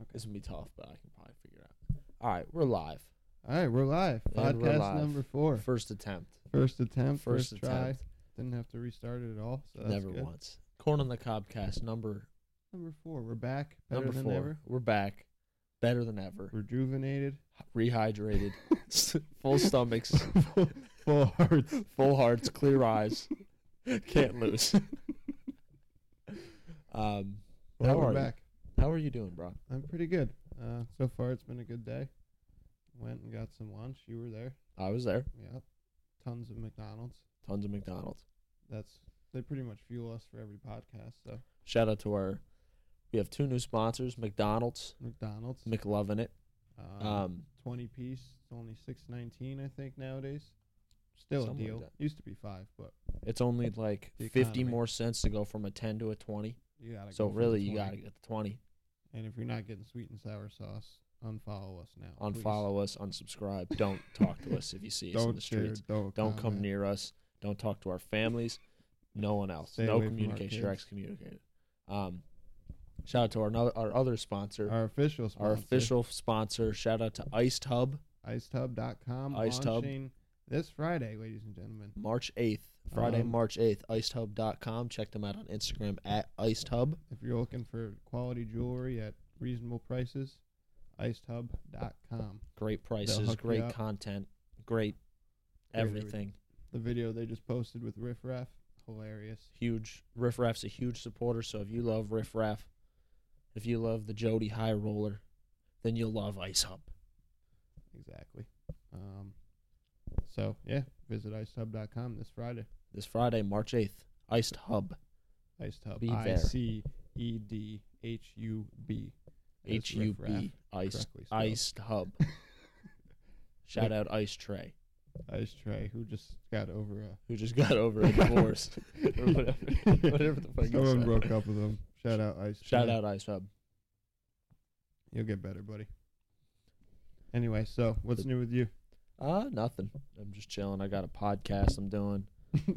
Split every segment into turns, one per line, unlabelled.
Okay. This would be tough, but I can probably figure it out. All right, we're live.
All right, we're live.
And
Podcast
we're live.
number four.
First attempt.
First attempt,
First,
first,
attempt.
try. Didn't have to restart it at all. So that's
Never
good.
once. Corn on the Cobcast number
Number four. We're back. Better
number
than
four.
ever.
We're back. Better than ever.
Rejuvenated.
Rehydrated. Full stomachs.
Full hearts.
Full hearts. Clear eyes. Can't lose. um,
Well,
How are
we're
you?
back.
how are you doing, bro?
I'm pretty good. Uh, so far, it's been a good day. Went and got some lunch. You were there.
I was there.
Yep. Tons of McDonald's.
Tons of McDonald's.
That's they pretty much fuel us for every podcast. So
Shout out to our. We have two new sponsors: McDonald's,
McDonald's.
McLovin' It.
um,
Um,
twenty piece. It's only six nineteen, I think nowadays. Still
Something
a
like
deal.
that.
Used to be five, but
it's only like
The
fifty
economy.
more cents to go from a ten to a twenty.
you gotta.
So
go for the
really, you
20.
gotta get the twenty.
And if you're not getting sweet and sour sauce, unfollow us now. please.
Unfollow us, unsubscribe. Don't talk to us if you see us
Don't
in the
share,
streets.
Don't
Don't come
comment.
near us. Don't talk to our families. No one else.
Stay
no
away from our
communication. You're
kids.
excommunicated. Um, shout out to our another our other sponsor, our,
Our official sponsor,
official sponsor. Shout out to Iced Hub,
IceTub.com.
Iced Hub.
launching this Friday, ladies and gentlemen.
March eighth, Friday,
Um,
March eighth. IcedHub.com. Check them out on Instagram at Iced Hub.
If you're looking for quality jewelry at reasonable prices, IceTub.com.
Great prices,
hook you
great
up.
content, great
everything.
everything.
The video they just posted with Riff Raff, hilarious.
huge Riff Raff's a huge supporter, so if you love Riff Raff, if you love the Jody High Roller, then you'll love Ice Hub.
Exactly. Um, so yeah, visit IceTub.com this Friday.
This Friday, March eighth, Iced Hub. Be
IceTub.
there.
I C E D H U B. That's
H U
Riff
B Iced
correctly spelled.
Iced Hub. Shout out Ice Tray,
Ice Tray, who just got over a
who just got over a divorce. or whatever, whatever the fuck you
Someone
said.
broke up with him. Shout out Ice.
Shout
Tray.
out Ice Hub.
You'll get better, buddy. Anyway, so what's new with you?
Uh nothing. I'm just chilling. I got a podcast I'm doing.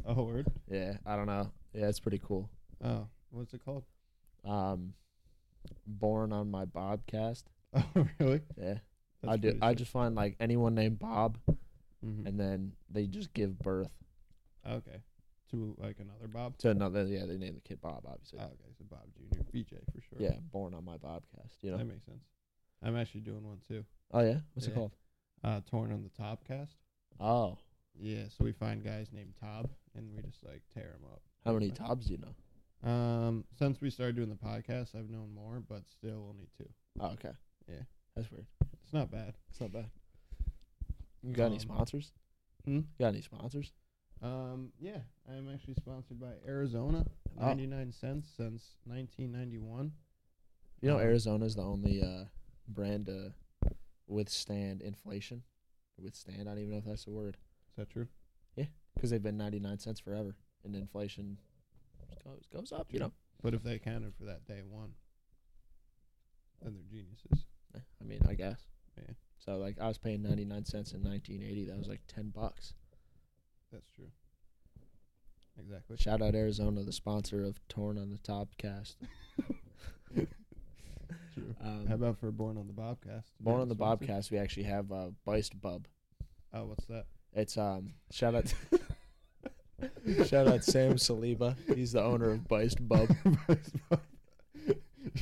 a word.
Yeah, I don't know. Yeah, it's pretty cool.
Oh, what's it called?
Um, born on my Bobcast.
Oh, really?
Yeah. I do. I just find like anyone named Bob,
hmm
and then they just give birth
Okay. To like another Bob.
to another. Yeah, they name the kid Bob, obviously.
Oh, okay, so Bob Junior, BJ for sure.
yeah, born on my Bobcast. You know.
that makes sense. I'm actually doing one too.
oh yeah, what's it
yeah.
called?
Uh, torn on the top cast.
Oh,
Yeah, so we find guys named Tob and we just like tear them up.
how many Tobs do you know?
Um, since we started doing the podcast, I've known more, but still only two.
Oh, okay.
Yeah.
that's weird.
It's not bad.
It's not bad. You got any
Um,
sponsors?
Hmm?
You got any sponsors?
Um, yeah, I'm actually sponsored by Arizona,
Oh.
99 cents since 1991.
You know,
Um,
Arizona's the only uh, brand to withstand inflation. Withstand? I don't even know if that's the word
Is that true?
because they've been ninety nine cents forever, and inflation goes goes up. You know.
But if they accounted for that day one, then they're geniuses.
Eh, I mean, I guess.
Yeah.
So like, I was paying ninety nine cents in nineteen eighty. That was like ten bucks.
That's true. Exactly.
Shout out Arizona, the sponsor of Torn on the Topcast.
True. How
Um,
about for Born on the Bobcast? Is
born
that
on the
sponsored?
Bobcast, we actually have uh, Biced Bub.
Oh, what's that?
It's um shout out shout out Sam Saliba. He's the owner of Biced Bub.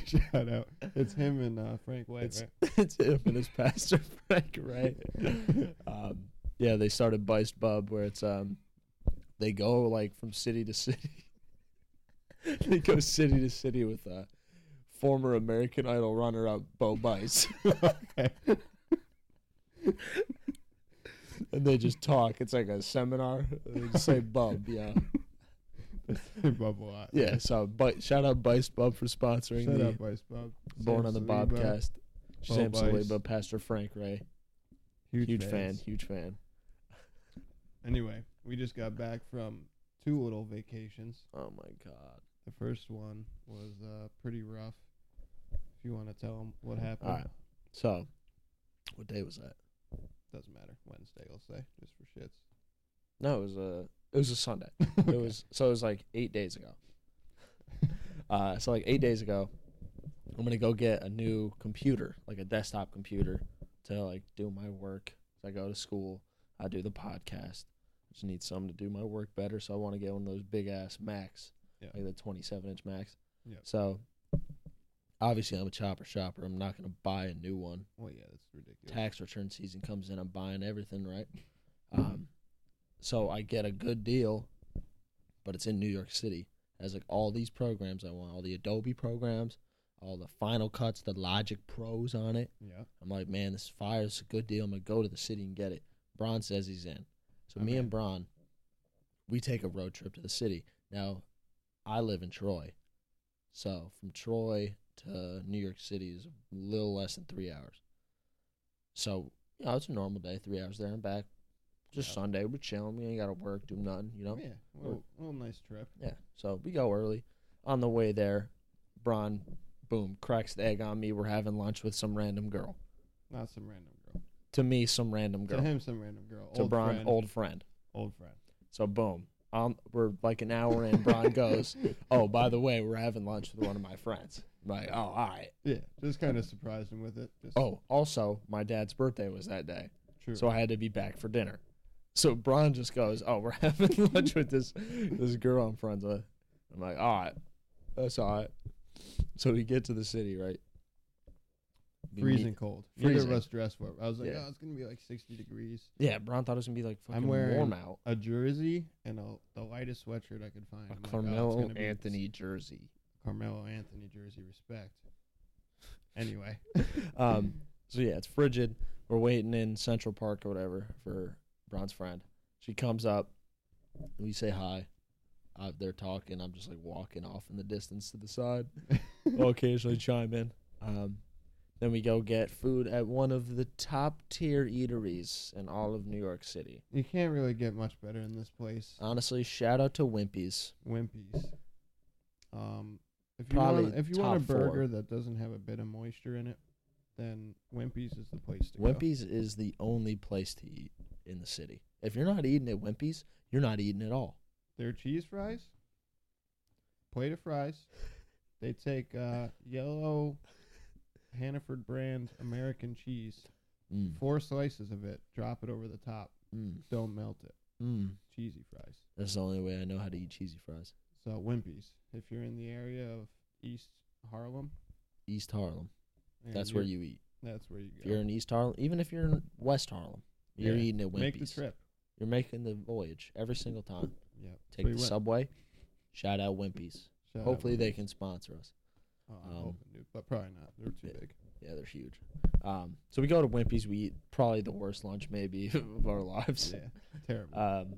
Shout out. It's him and uh, Frank White,
It's-
right?
it's him and his pastor Frank Wright. Um, yeah, they started Biced Bub, where it's um, they go like from city to city. they go city to city with uh, former American Idol runner-up Bo Bice. and they just talk. It's like a seminar. They just say Bub, yeah,
They bubble a lot.
yeah. So, but shout out Biced Bub for sponsoring
Shout
the
out, Vice Bob.
Born
Sam
on the
Saliba,
Bobcast.
Bo
Sam
Bice.
Saliba, Pastor Frank Ray,
Huge,
huge fan,
fans.
huge fan.
Anyway, we just got back from two little vacations.
Oh my god.
The first one was uh, pretty rough. If you want to tell them what happened,
Alright. So, what day was that?
doesn't matter. Wednesday, let's say, just for shits.
No, it was a it was a Sunday. It was so it was like eight days ago. Uh, so like eight days ago, I'm gonna go get a new computer, like a desktop computer, to like do my work. So I go to school, I do the podcast. I just need something to do my work better, so I want to get one of those big ass Macs,
Yeah.
like the 27 inch Macs.
Yeah.
So obviously, I'm a chopper shopper. I'm not gonna buy a new one.
Well, yeah, that's ridiculous.
Tax return season comes in, I'm buying everything, right? Um, so I get a good deal, but it's in New York City. It has like all these programs I want, all the Adobe programs, all the Final Cuts, the Logic Pros on it.
Yeah.
I'm like, man, this fire is a good deal. I'm gonna go to the city and get it. Bron says he's in. So
Oh,
me
man.
and Bron, we take a road trip to the city. Now, I live in Troy, so from Troy to New York City is a little less than three hours. So you know, it's a normal day, three hours there and back. Just
Yeah.
Sunday, we're chilling. We ain't gotta work, do nothing, you know.
Yeah. Well, well, nice trip.
Yeah. So we go early. On the way there, Bron, boom, cracks the egg on me. We're having lunch with some random girl.
Not some random girl.
To me, some random girl.
To him, some random girl.
to
old
Bron,
friend.
old friend.
old friend.
So boom, um, we're like an hour in. Bron goes, "Oh, by the way, we're having lunch with one of my friends." I'm like, oh, all right.
Yeah. Just kind of surprised him with it. Just
Oh, also, my dad's birthday was that day,
true.
so I had to be back for dinner. So Bron just goes, "Oh, we're having lunch with this this girl I'm friends with." I'm like, "All right, that's all right." So we get to the city, right? We meet-
freezing cold. Neither
Freezing.
of us dressed for it. I was like,
Yeah.
oh, it's gonna be like 60 degrees.
Yeah, Bron thought it was gonna be like
I'm
fucking
wearing
warm out.
A jersey and a the lightest sweatshirt I could
A
find. I'm like, "Oh, it's
Carmelo
gonna be
Anthony jersey.
Carmelo Anthony jersey. Respect. Anyway,
Um, so yeah, it's frigid. We're waiting in Central Park or whatever for Bron's friend. She comes up. We say hi. Uh, they're talking. I'm just like walking off in the distance to the side. I'll occasionally chime in. Um, then we go get food at one of the top tier eateries in all of New York City.
you can't really get much better in this place.
Honestly, shout out to Wimpy's.
Wimpy's. Um, if you
Probably
want, if you want a
top four.
burger that doesn't have a bit of moisture in it, then Wimpy's is the place to go.
Wimpy's is the only place to eat in the city. If you're not eating at Wimpy's, you're not eating at all.
Their cheese fries, plate of fries. They take uh, yellow Hannaford brand American cheese,
Mm,
four slices of it, drop it over the top,
mm,
don't melt it.
mm.
Cheesy fries.
That's the only way I know how to eat cheesy fries.
So Wimpy's, if you're in the area of East Harlem,
East Harlem.
and
That's where
you're-
you eat.
That's where you
If
go.
you're in East Harlem, even if you're in West Harlem, you're
Yeah.
eating at Wimpy's.
Make the trip.
You're making the voyage every single time.
Yeah.
Take the subway. Shout out Wimpy's. Hopefully they can sponsor us.
Oh, I'm
um,
hoping to, but probably not. They're too
yeah.
big.
Yeah, they're huge. Um, so we go to Wimpy's. We eat probably the worst lunch maybe of our lives.
Yeah, terrible.
Um,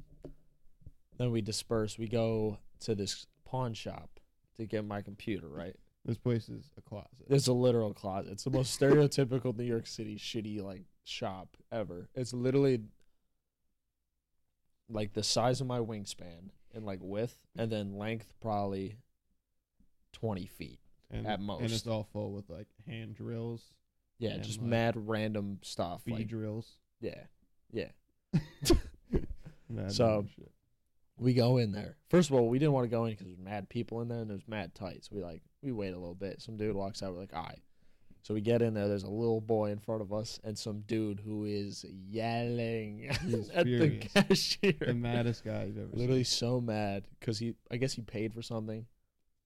then we disperse. We go to this pawn shop to get my computer. Right.
this place is a closet.
It's a literal closet. It's the most stereotypical New York City shitty like shop ever. It's literally like the size of my wingspan and like width and then length probably twenty feet.
and,
at
and it's
most.
all full with like hand drills,
Yeah,
And,
just
like,
mad random stuff.
bee
Like,
drills.
yeah. Yeah.
Mad
So-
dog shit.
We go in there. First of all, we didn't want to go in because there's mad people in there and there's mad tights. We like we wait a little bit. Some dude walks out. We're like, all right. So we get in there. There's a little boy in front of us and some dude who is yelling
He's
at
furious.
the cashier.
the maddest guy you've ever
Literally so mad because he, I guess he paid for something
seen.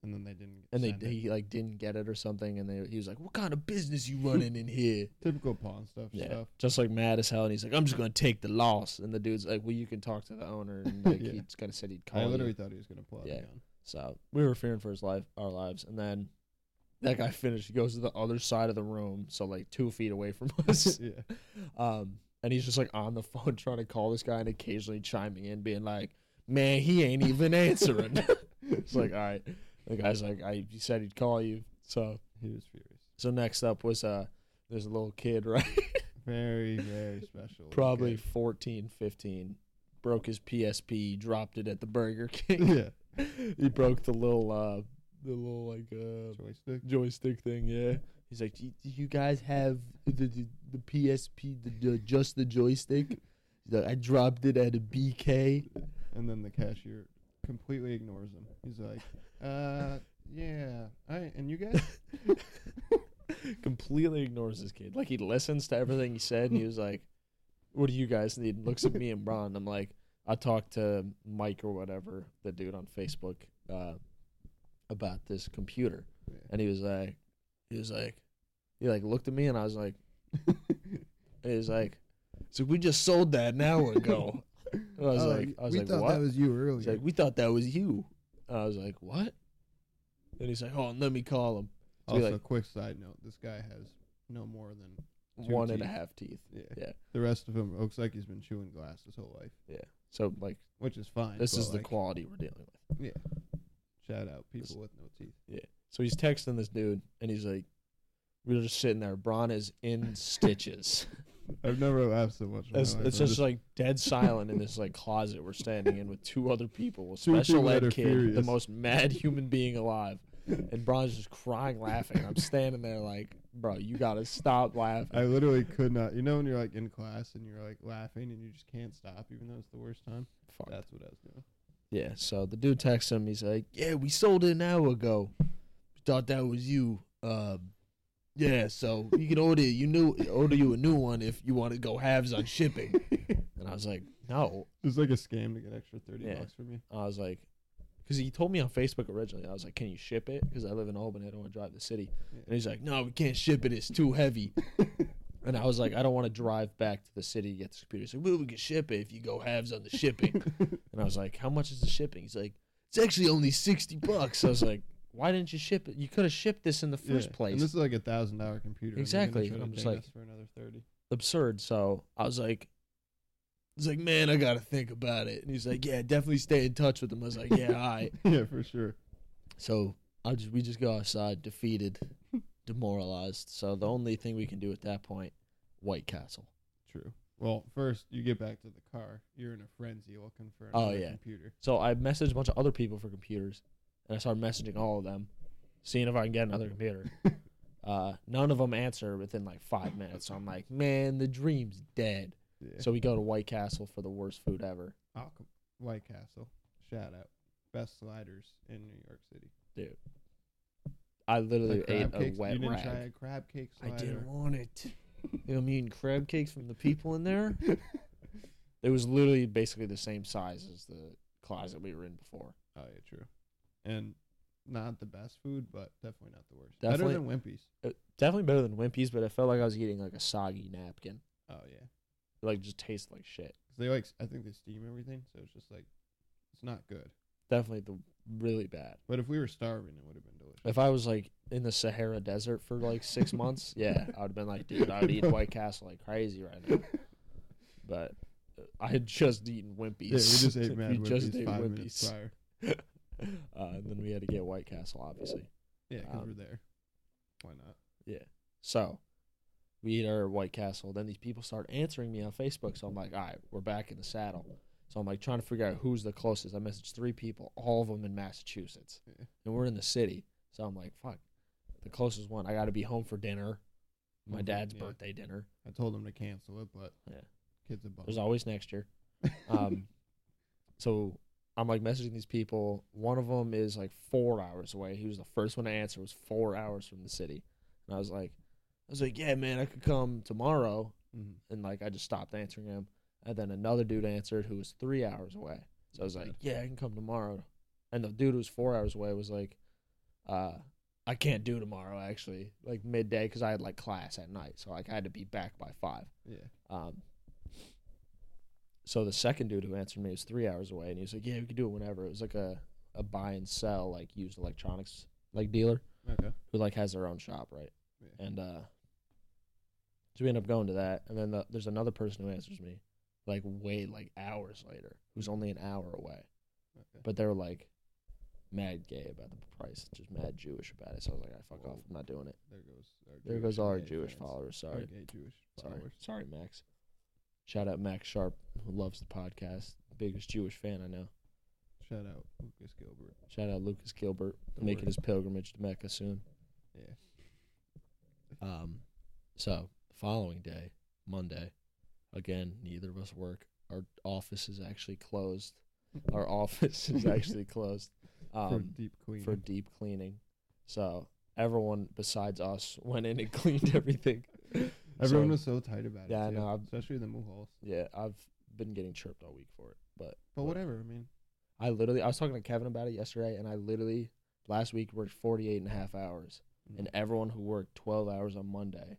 And then they didn't.
and they
send it.
he like didn't get it or something and they, he was like, "What kind of business you running in here?"
typical pawn stuff.
Yeah,
Stuff.
just like mad as hell. And he's like, "I'm just gonna take the loss." And the dude's like, "Well, you can talk to the owner." And like,
Yeah.
he's gonna said he'd call.
I
you.
literally thought he was gonna pull out
Yeah.
a gun.
So we were fearing for his life, our lives, and then that guy finished. He goes to the other side of the room, so like two feet away from us,
yeah,
um, and he's just like on the phone trying to call this guy and occasionally chiming in, being like, "Man, he ain't even answering." it's like, all right, the guy's like, "I he said he'd call you." So
he was furious.
so next up was uh, there's a little kid, right?
Very very special. little
Probably
kid.
fourteen, fifteen, broke his PSP, dropped it at the Burger King.
yeah.
he broke the little uh, the little like uh.
Joystick.
joystick thing. Yeah. He's like, do do you guys have the the, the PSP, the, the, just the joystick? He's like, I dropped it at a BK.
And then the cashier completely ignores him. He's like, uh, Yeah. I and you guys?
Completely ignores this kid. Like he listens to everything he said, and he was like, "What do you guys need?" And looks at me and Bron. I'm like, I talked to Mike or whatever the dude on Facebook uh, about this computer,
Yeah.
and he was like, he was like, he like looked at me, and I was like, he was like, so we just sold that an hour ago. And I was
Oh,
like,
y-
I was
we
like,
thought
what?
that was you earlier.
He's like, we thought that was you. And I was like, what? And he's like, oh, let me call him. So we,
also,
like-
quick side note: this guy has no more than Two
One and a
teeth.
half teeth.
yeah.
Yeah.
The rest of him looks like he's been chewing glass his whole life,
So like,
which is fine.
this
but,
is the
like,
quality we're dealing with.
shout out
This-
people with no teeth.
So he's texting this dude, and he's like, we we're just sitting there. Braun is in stitches.
I've never laughed so much. in Oh my
It's,
life.
it's
I'm
just like dead silent in this like closet we're standing in with two other people, a
Two people
special
that are
ed kid, the
furious.
most mad human being alive, and Braun's just crying, laughing. And I'm standing there like, bro, you gotta stop laughing.
I literally could not. You know when you're like in class and you're like laughing and you just can't stop, even though it's the worst time.
Fuck.
That's what I was doing.
Yeah, so the dude texts him. He's like, "Yeah, we sold it an hour ago. Thought that was you. Um, yeah, so you can order you new order you a new one if you want to go halves on shipping." and I was like, "No."
It was like a scam to get extra thirty
Yeah.
bucks from you.
I was like, because he told me on Facebook originally. I was like, "Can you ship it?" Because I live in Albany. I don't want to drive the city.
Yeah.
And he's like, "No, we can't ship it. It's too heavy." and I was like, "I don't want to drive back to the city to get this computer." He's like, "Well, we can ship it if you go halves on the shipping." And I was like, "How much is the shipping?" He's like, "It's actually only sixty bucks." I was like, "Why didn't you ship it? You could have shipped this in the
Yeah,
first place."
And this is like a thousand dollar computer. and they're gonna
Exactly,
try to
I'm just
ding
like-
us for another thirty.
Absurd. So I was like, "He's like, man, I gotta think about it." And he's like, "Yeah, definitely stay in touch with him." I was like, "Yeah, all right."
yeah, for sure.
So I just we just go outside, defeated, demoralized. So the only thing we can do at that point, White Castle.
True. Well, first you get back to the car. You're in a frenzy looking for
Oh,
another
yeah.
computer.
So I messaged a bunch of other people for computers, and I started messaging all of them, seeing if I can get another computer. uh, none of them answer within like five minutes. So I'm like, man, the dream's dead.
Yeah.
So we go to White Castle for the worst food ever.
Alchem- White Castle. Shout out. Best sliders in New York City.
I literally
The
ate
crab
a
cakes.
wet
you didn't
rag.
try a crab cake
I
slider.
didn't want it. You know, I'm eating crab cakes from the people in there. it was literally basically the same size as the closet we were in before.
Oh yeah, true. And not the best food, but definitely not the worst.
Definitely-
Better than Wimpy's.
Definitely better than Wimpy's, but I felt like I was eating like a soggy napkin.
Oh yeah, 'Cause
It, like just tastes like shit.
they like s- I think they steam everything, so it's just like it's not good.
Definitely the really bad.
But if we were starving, it would have been delicious.
If I was like in the Sahara Desert for like six months, yeah, I would have been like, dude, I would eat White Castle like crazy right now. But uh, I had just eaten Wimpy's.
Yeah, we just ate
We
Mad Wimpy's
just ate
five minutes
Wimpy's.
prior.
Uh, and then we had to get White Castle, obviously.
Yeah, 'cause
Um,
we're there. Why not?
So we eat our White Castle. Then these people start answering me on Facebook. So I'm like, all right, we're back in the saddle. So I'm like trying to figure out who's the closest. I messaged three people, all of them in Massachusetts,
Yeah.
and we're in the city. So I'm like, fuck, the closest one. I got to be home for dinner, my
Home for-
dad's
Mm-hmm. yeah.
birthday dinner.
I told them to cancel it, but
Yeah.
kids a bum.
There's always next year. Um, so I'm like messaging these people. One of them is like four hours away. He was the first one to answer. Was four hours from the city, and I was like, I was like, yeah, man, I could come tomorrow.
Mhm.
And like, I just stopped answering him. And then another dude answered who was three hours away. So I was like, yeah, I can come tomorrow. And the dude who was four hours away was like, uh, I can't do tomorrow actually, like midday, because I had like class at night, so like I had to be back by five.
yeah.
Um, so the second dude who answered me was three hours away, and he was like, "Yeah, we could do it whenever." It was like a, a buy and sell like used electronics like dealer
Okay.
who like has their own shop, right?
Yeah.
And uh, so we end up going to that, and then the, there's another person who answers me, like way like hours later, who's only an hour away,
Okay.
but they were like mad gay about the price, just mad Jewish about it. So I was like, "I fuck off, I'm not doing it."
There goes our
There goes all our
gay
Jewish
fans.
followers.
Our
Sorry.
gay Jewish
Sorry,
followers.
sorry, Max. Shout out Max Sharp, who loves the podcast. Biggest Jewish fan I know.
Shout out Lucas Gilbert.
Shout out Lucas Gilbert,
Don't
making
worry.
his pilgrimage to Mecca soon.
Yeah.
Um, so the following day, Monday, again, neither of us work. Our office is actually closed. Our office is actually closed.
for
um,
deep clean.
for deep cleaning. So everyone besides us went in and cleaned everything.
Everyone
so-
was so tight about it.
Yeah, I
too,
know, I've-
especially the moo holes.
Yeah, I've been getting chirped all week for it, but
But whatever. I mean,
I literally I was talking to Kevin about it yesterday and I literally last week worked 48 and a half hours
Mm.
and everyone who worked 12 hours on Monday.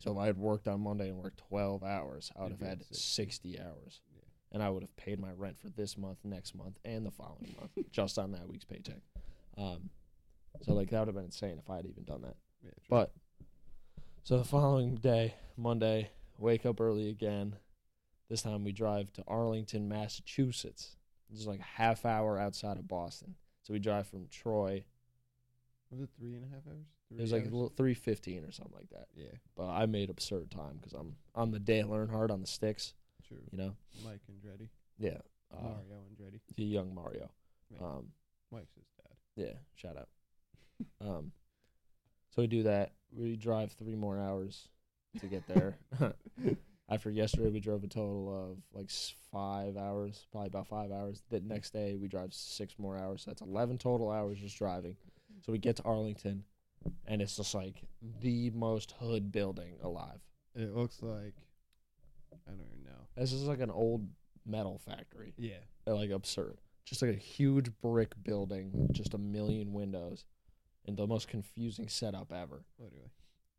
So if I had worked on Monday and worked 12 hours, I would
You'd
have
be at
had 60, hours.
Yeah.
And I would have paid my rent for this month, next month, and the following month just on that week's paycheck. Um, so like that would have been insane if I had even done that.
yeah, true.
But so the following day, Monday, wake up early again. This time we drive to Arlington, Massachusetts. This is like a half hour outside of Boston. So we drive from Troy.
was it three and a half hours? Three
It was like
hours?
three fifteen or something like that.
yeah,
But I made absurd time because I'm I'm the Dale Earnhardt on the sticks.
true.
You know,
Mike and Dreddy,
yeah, uh,
Mario and Dreddy.
the young Mario.
Right.
Um,
Mike's his dad.
yeah, shout out. Um, so we do that. We drive three more hours to get there. After yesterday, we drove a total of like s- five hours, probably about five hours. The next day, we drive six more hours. So that's 11 total hours just driving. So we get to Arlington, and it's just like the most hood building alive.
It looks like I don't even know.
This is like an old metal factory,
Yeah,
They're, like absurd. Just like a huge brick building, with just a million windows, and the most confusing setup ever.
literally.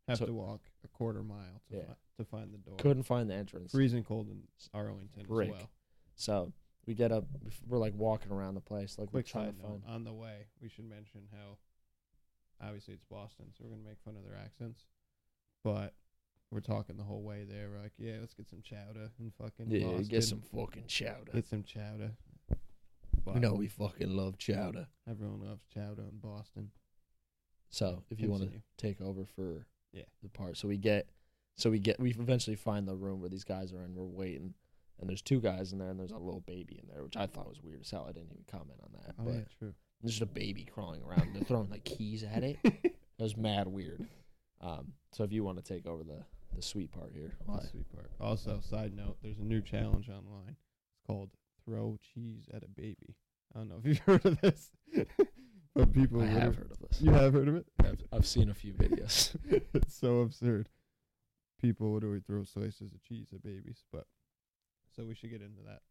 Have
So-
to walk a quarter mile to
Yeah.
fi- to find the door.
Couldn't find the entrance.
Freezing cold in Arlington
Brick.
as well.
So we get up, we're like walking around the place, like we're
Quick
trying
side
to
note,
find.
on the way, we should mention how obviously it's Boston, so we're gonna make fun of their accents, but we're talking the whole way there. We're like, yeah, let's get some chowder and fucking
Yeah,
Boston.
get some fucking chowder.
get some chowder.
You
But
know we fucking love chowder.
everyone loves chowder in Boston.
So if you want to
Continue.
take over for
Yeah.
the part, so we get, so we get, we eventually find the room where these guys are in. We're waiting, and there's two guys in there, and there's a little baby in there, which I thought was weird as hell. I didn't even comment on that.
Oh
but
yeah, true.
there's just a baby crawling around. They're throwing like keys at it. It was mad weird. Um, so if you want to take over the the sweet part here,
That's the sweet part. Also, side note, there's a new challenge online. It's called throw cheese at a baby. I don't know if you've heard of this, but people
I
literally-
have heard of this.
You have heard of it?
I've, I've seen a few videos.
it's so absurd. People would always throw slices of cheese at babies, but so we should get into that.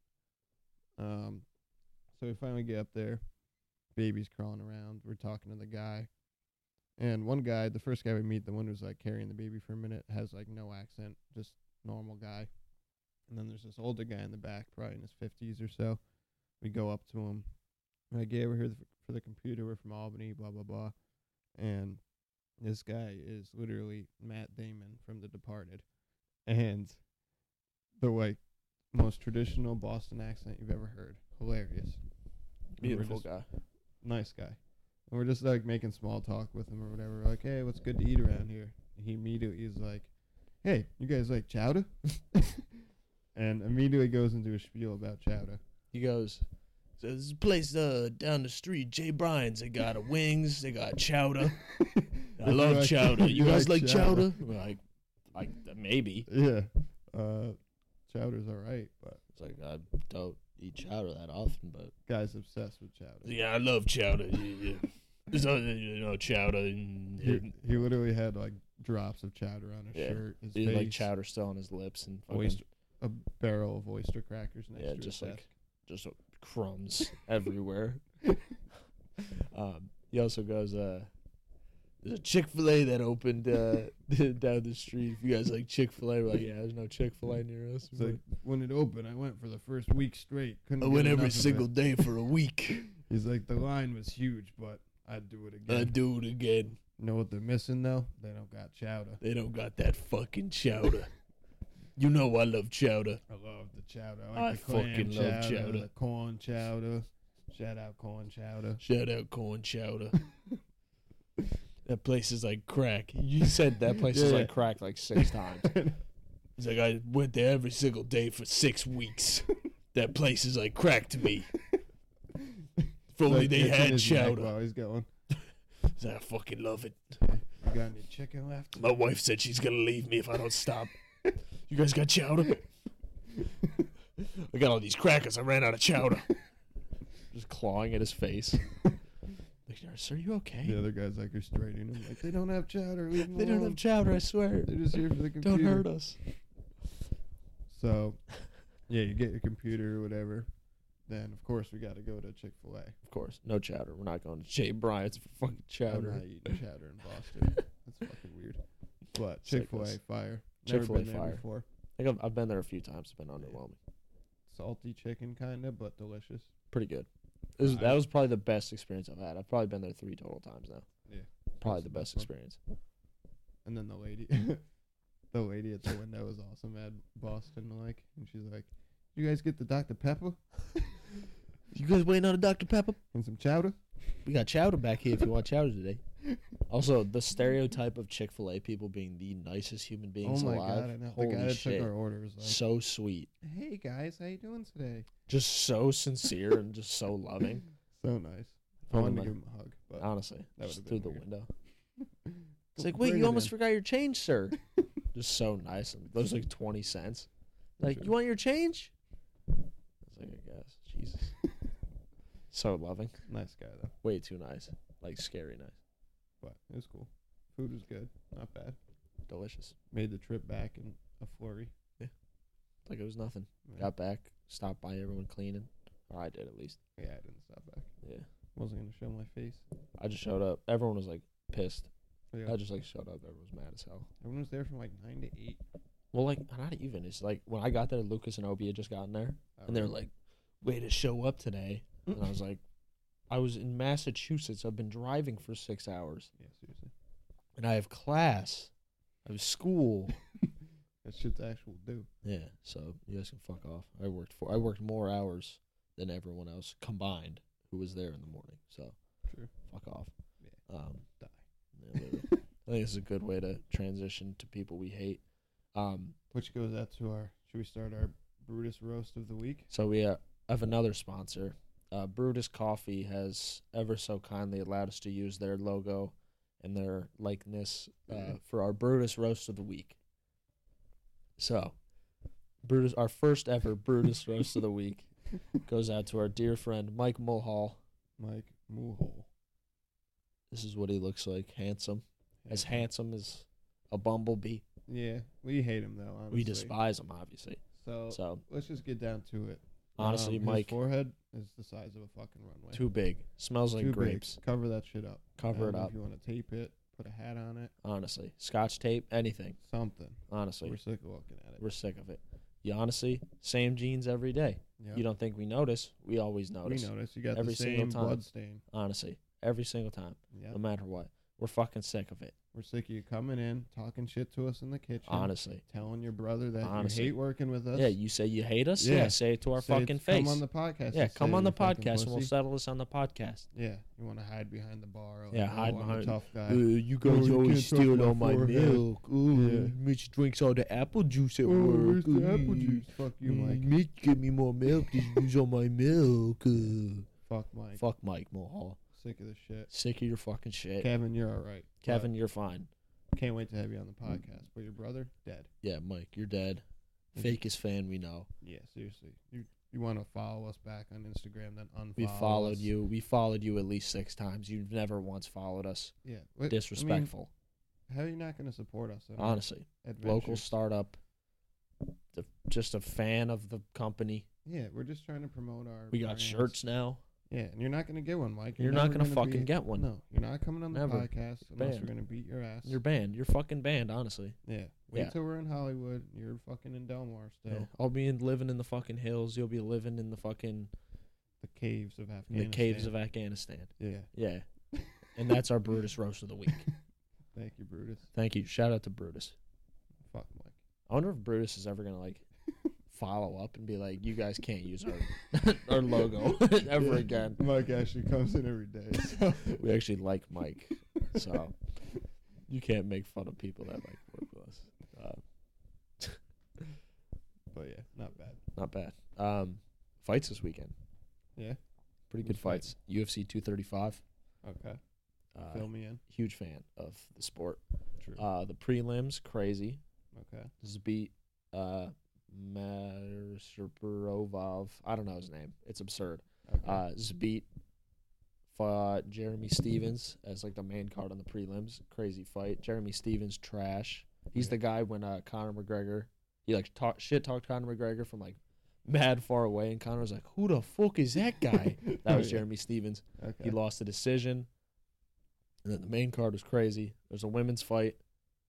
Um, so we finally get up there. Babies crawling around. We're talking to the guy, and one guy, the first guy we meet, the one who's like carrying the baby for a minute, has like no accent, just normal guy. And then there's this older guy in the back, probably in his fifties or so. We go up to him, like, yeah, we're here th- for the computer. We're from Albany, blah blah blah, and this guy is literally Matt Damon from The Departed, and the like most traditional Boston accent you've ever heard. Hilarious,
Beautiful
just-
guy.
nice guy. And we're just like making small talk with him or whatever. We're like, hey, what's good to eat around here? And he immediately is like, hey, you guys like chowder? and immediately goes into a spiel about chowder.
He goes, so this place uh, down the street, Jay Bryan's. They got a wings. They got chowder. I
You
love
like-
chowder. You,
you
guys
like
like chowder? We're Like, like uh, maybe.
Yeah, uh, chowder's all right, but
It's like I don't eat chowder that often, but
guy's obsessed with chowder.
yeah, I love chowder. Yeah, yeah. There's other, you know, chowder. and-
He, he literally had like drops of chowder on his
Yeah.
shirt. His
He had, like
face,
chowder still on his lips and fucking
oyster, a barrel of oyster crackers next
Yeah,
to
just
his
like-
desk.
just crumbs everywhere. um, he also goes, uh, "There's a Chick Fil A that opened uh, down the street. If you guys like Chick Fil A, we're like, yeah, there's no Chick Fil A near us.
It's like mm, when it opened, I went for the first week straight. Couldn't
I went
get
every
enough of it."
single day for a week.
He's like the line was huge, but I'd do it again.
I do it again.
You know what they're missing though? They don't got chowder.
They don't got that fucking chowder. You know I love chowder.
I love the chowder. I,
I
like the clam
fucking love chowder.
The corn chowder. Shout out corn chowder.
Shout out corn chowder. That place is like crack. You said that place is
Yeah.
like crack like six times. He's like, I went there every single day for six weeks. that place is like crack to me. If only
Like,
they
it's in
had
his neck
chowder.
While he's going,
He's like, I fucking love it.
you got any chicken left?
My wife said she's gonna leave me if I don't stop. you guys got chowder? I got all these crackers. I ran out of chowder. just clawing at his face. like, sir, you okay?
The other guy's like restraining him, like they don't have chowder. Leave 'em
they don't
alone.
have chowder, I swear.
They're just here for the computer.
Don't hurt us.
So, yeah, you get your computer or whatever. Then of course we got to go to Chick Fil A.
Of course, no chowder. We're not going to Jay Bryant's for fucking
I'm
chowder.
not eating chowder in Boston. That's fucking weird. But Chick Fil A
Sickos.
fire. Never
Chick-fil-A
been there
fire.
Before.
I think I've, I've been there a few times. It's been underwhelming.
Salty chicken, kind of, but delicious.
Pretty good. It was-
I-
that was probably the best experience I've had. I've probably been there three total times now.
Yeah.
Probably
That's
the
the
best
best one.
experience.
And then the lady, the lady at the window was awesome at Boston, like, and she's like, "You guys get the Dr Pepper
You guys waiting on a Dr. Pepper?
and some chowder."
We got chowder back here if you want chowder today. Also, the stereotype of Chick fil A people being the nicest human beings
oh my
alive.
god! I know
Holy
the guy that
shit.
took our order was like,
so sweet.
"Hey guys, how you doing today?"
Just so sincere and just so loving.
So nice. I
One of
wanted to
my-
give him a hug, but
Honestly,
That
just
would've
through
been
the
weird.
window. It's
Go
like, wait,
bring
you
it
almost
in."
forgot your change, sir. Just so nice. And those like 20 cents. Like,
Sure.
you want your change? It's like, I guess. Jesus. so loving.
nice guy though,
Way too nice. Like, scary nice.
but it was cool. Food was good, not bad.
Delicious.
Made the trip back in a flurry.
Like, it was nothing.
Yeah,
Got back, stopped by everyone cleaning. Or I did at least.
Yeah, I didn't stop back.
Yeah.
Wasn't gonna show my face.
I just showed up. Everyone was like pissed.
Yeah.
I just like showed up. Everyone was mad as hell.
Everyone was there from like nine to eight.
Well, like, not even. It's like when I got there, Lucas and Obi had just gotten there. And they were like, way to show up today. And I was like, I was in Massachusetts. I've been driving for six hours
"Yeah, seriously,
and I have class. I have school.
that shit's actual due."
yeah. So you guys can fuck off. I worked for, I worked more hours than everyone else combined who was there in the morning. So
True.
fuck off.
Yeah.
Um,
Die.
yeah, literally. I think this is a good way to transition to people we hate. Um,
Which goes out to our. Should we start our Brutus roast of the week?
So we uh, have another sponsor. Uh, Brutus Coffee has ever so kindly allowed us to use their logo and their likeness uh,
Mhm.
for our Brutus roast of the week. So, Brutus, our first ever Brutus roast of the week goes out to our dear friend Mike Mulhall.
Mike Mulhall.
This is what he looks like, handsome, as handsome as a bumblebee.
Yeah, we hate him though. Honestly.
We despise him, obviously.
So
So,
let's just get down to it.
honestly,
Oh. Um,
Mike,
His forehead is the size of a fucking runway.
too big. Smells like
Too big.
grapes.
Cover that shit up.
Cover
Um,
it up.
If you want to tape it, put a hat on it,
Honestly, Scotch tape, anything.
something.
Honestly,
We're sick of looking at it.
We're sick of it. You honestly, same jeans every day.
Yeah.
You don't think we notice? We always notice.
We notice. You got
Every
the
single
same
time. Um,
blood stain.
Honestly, every single time,
Yeah.
no matter what. We're fucking sick of it.
We're sick of you coming in, talking shit to us in the kitchen.
Honestly.
Telling your brother that
Honestly.
you hate working with us.
Yeah, you say you hate us? Yeah,
Yeah.
say it to our
Say it's-
fucking face.
Come on the podcast.
yeah,
and
come
say
on
it,
the
you fucking
podcast and we'll
pussy.
settle this on the podcast.
Yeah, you want to hide behind the bar. Like,
Yeah,
"Oh,
hide
I'm a
behind-
tough guy.
Uh, you
guys you always can't touch steal my all my forehead. milk. Yeah.
Mitch drinks all the apple juice at Mm,
oh, where's the apple juice? Fuck you, Mike.
Mitch, give me more milk. Just use all my milk.
Fuck Mike.
Fuck Mike Mulhall.
Sick of this shit.
Sick of your fucking shit.
Kevin, you're all right. but
Kevin, you're fine.
can't wait to have you on the podcast. But your brother, dead.
Yeah, Mike, you're dead. Fakest fan we know.
Yeah, seriously. You you want to follow us back on Instagram? Then unfollow.
We followed
us.
you. We followed you at least six times. You've never once followed us.
Yeah. what- I mean,
Disrespectful.
how are you not going to support us? in our
Honestly, Uh, local
adventure?
startup. The, just a fan of the company.
Yeah, we're just trying to promote our.
We got
brands.
shirts now.
Yeah, and you're not going to get one, Mike.
You're not
never
gonna
gonna
fucking
be-
get one.
No, you're not coming on the
Never.
podcast unless
banned.
we're going to beat your ass.
You're banned. You're fucking banned, honestly.
yeah. Wait
Yeah.
till we're in Hollywood. You're fucking in Delmar still.
Yeah. I'll be in, living in the fucking hills. You'll be living in the fucking
The caves of
in the
Afghanistan.
caves of Afghanistan.
Yeah.
Yeah. and that's our Brutus roast of the week.
Thank you, Brutus.
Thank you. Shout out to Brutus.
Fuck Mike.
I wonder if Brutus is ever gonna like follow up and be like, "You guys can't use our our logo ever
Yeah.
again."
Mike actually comes in every day. So.
We actually like Mike, so you can't make fun of people that like work with us. Uh,
but yeah, not bad.
not bad. Um, fights this weekend,
Yeah.
pretty good
Who's fighting?
fights. UFC 235.
Okay.
Uh,
Fill me in.
huge fan of the sport.
True.
Uh, the prelims crazy.
okay.
This beat uh, Maserperovov. I don't know his name. It's absurd.
Okay.
Uh, Zabit fought Jeremy Stevens as like the main card on the prelims. Crazy fight. Jeremy Stevens trash. He's
Right.
the guy when uh, Conor McGregor, he like talk, shit talked Conor McGregor from like mad far away, and Conor was like, "Who the fuck is that guy?"
Oh,
that was
yeah.
Jeremy Stevens.
Okay.
He lost the decision. And then the main card was crazy. There's a women's fight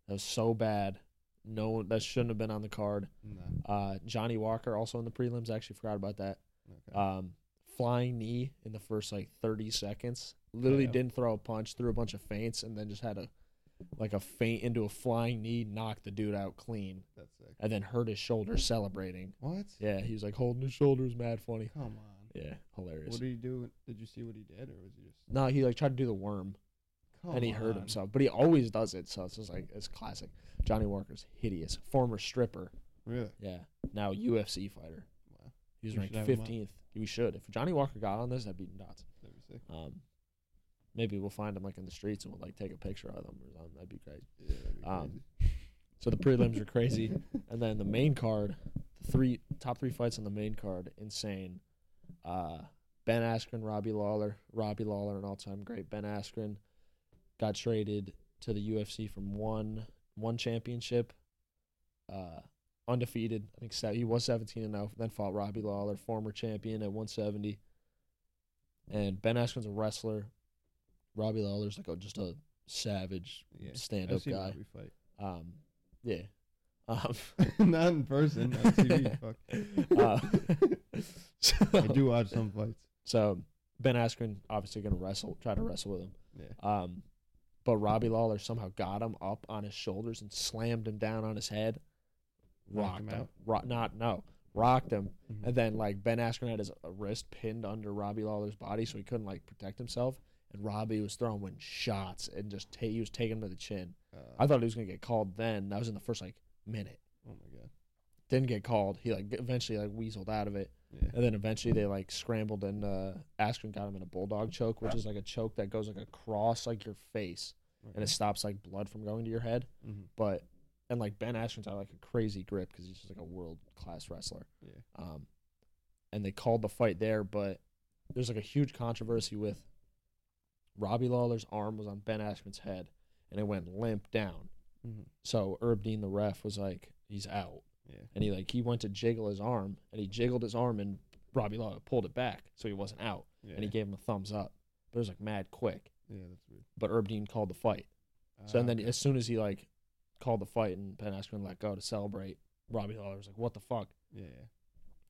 that was so bad. No one that shouldn't have been on the card.
Nah,
Uh, Johnny Walker also in the prelims. I actually forgot about that
okay.
um, flying knee in the first like 30 seconds. Literally
Damn.
didn't throw a punch, threw a bunch of feints, and then just had a like a feint into a flying knee, knocked the dude out clean,
That's sick.
and then hurt his shoulder celebrating.
What?
Yeah, he was like holding his shoulders, mad funny.
Come on.
Yeah, hilarious.
What did he do? Did you see what he did, or was he just?
no, he like tried to do the worm
Come
and he hurt
on.
himself, but he always does it, so it's just like it's classic. Johnny Walker's hideous, former stripper.
Really?
Yeah, now UFC fighter.
Wow.
He was
We
ranked
should have him on.
15th. We should. If Johnny Walker got on this, that'd be nuts.
That'd be sick.
Um, maybe we'll find them like in the streets and we'll like take a picture of them or something. That'd be great.
Yeah, that'd be
Um, So the prelims were crazy, and then the main card, the three top three fights on the main card, insane. Uh, ben Askren, Robbie Lawler, Robbie Lawler, an all-time great. Ben Askren got traded to the UFC from one one championship, uh, undefeated. I think se- he was seventeen and zero. Then fought Robbie Lawler, former champion at one seventy. And Ben Askren's a wrestler. Robbie Lawler's like a, just a savage
yeah.
stand-up
I've seen
guy.
Robbie fight.
Um, yeah. Um,
Not in person. On TV. Fuck.
uh, so,
I do watch some fights.
so Ben Askren obviously going to wrestle, try to wrestle with him.
Yeah.
Um, but Robbie Lawler somehow got him up on his shoulders and slammed him down on his head.
Knocked
Rocked
him
him.
out?
Ro- not no. Rocked him,
Mhm.
and then like Ben Askren had his uh, wrist pinned under Robbie Lawler's body, so he couldn't like protect himself. And Robbie was throwing shots and just ta- he was taking him to the chin.
Uh,
I thought he was gonna get called then. That was in the first like minute.
oh my god.
didn't get called. He like eventually like weaseled out of it,
Yeah.
and then eventually they like scrambled and uh, Askren got him in a bulldog choke, which is like a choke that goes like across like your face and it stops like blood from going to your head.
hmm
But and like Ben Askren's had like a crazy grip because he's just like a world class wrestler.
Yeah.
Um, and they called the fight there, but there's like a huge controversy with Robbie Lawler's arm was on Ben Askren's head, and it went limp down.
hmm
So Herb Dean, the ref, was like, "He's out."
Yeah.
and he like he went to jiggle his arm and he jiggled his arm and Robbie Lawler pulled it back so he wasn't out
Yeah.
and he gave him a thumbs up. But it was like mad quick.
yeah. That's weird.
But Herb Dean called the fight. So
Ah,
and then
okay.
as soon as he like called the fight and Ben Askren let go to celebrate, Robbie Lawler was like, "What the fuck?"
Yeah. yeah.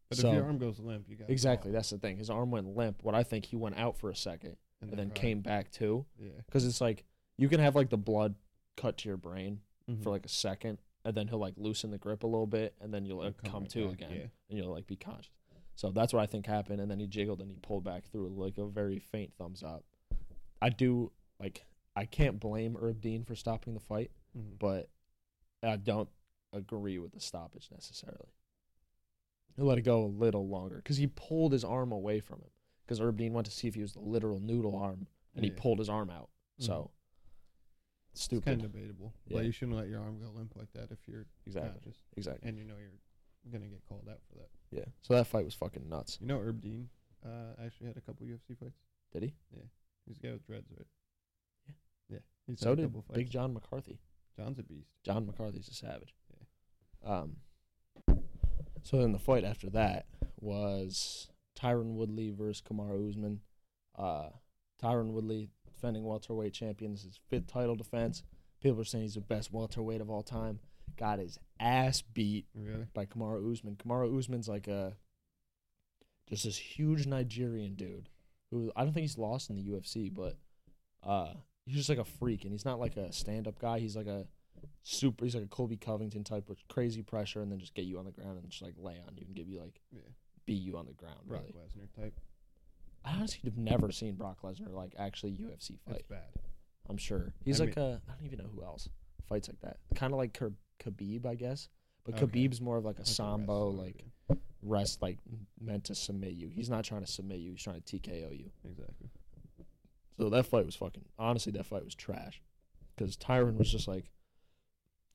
But if
So-
your arm goes limp, you got
Exactly. That's the thing. His arm went limp. What I think he went out for a second and then came back too,
Yeah.
because it's like you can have like the blood cut to your brain
Mhm.
for Mm-hmm. like a second, and then he'll like loosen the grip a little bit, and then you'll
It'll
like, come,
right
to
back,
again.
Yeah.
and you'll like be conscious. So that's what I think happened. And then he jiggled and he pulled back through like a very faint thumbs up. I do like I can't blame Herb Dean for stopping the fight,
Mhm.
but I don't agree with the stoppage necessarily. He let it go a little longer because he pulled his arm away from him because Herb Dean went to see if he was the literal noodle arm and he
Yeah.
pulled his arm out.
Mhm.
So
It's kind
stupid.
of debatable.
Yeah.
Like you shouldn't let your arm go limp like that if you're
Exactly.
conscious
Exactly.
and you know you're gonna get called out for that.
Yeah. So that fight was fucking nuts.
You know, Herb Dean uh, actually had a couple UFC fights.
Did he?
He's a guy with dreads, right?
Yeah.
Yeah. He's
So
had a
did
couple fights.
Big John McCarthy.
John's a beast.
John McCarthy's a savage. Um, so then the fight after that was Tyron Woodley versus Kamaru Usman. Uh, Tyron Woodley, defending welterweight champion. This is his fifth title defense. People are saying he's the best welterweight of all time. Got his ass beat
Really?
by Kamaru Usman. Kamaru Usman's like a just this huge Nigerian dude who I don't think he's lost in the UFC, but uh, he's just like a freak, and he's not like a stand-up guy. He's like a super. He's like a Colby Covington type with crazy pressure, and then just get you on the ground and just like lay on you and give you like
Yeah.
beat you on the ground.
Brock
Really,
Lesnar type.
I honestly have never seen Brock Lesnar like actually UFC
That's
fight.
bad.
I'm sure he's
I
like a I don't even know who else fights like that. Kind of like Khabib, Khabib, I guess, but
Okay.
Khabib's more of like a
Like a
sambo
wrestler,
like rest like meant to submit you. He's not trying to submit you. He's trying to TKO you.
yeah. Exactly.
So that fight was fucking. Honestly, that fight was trash. Because Tyron was just like,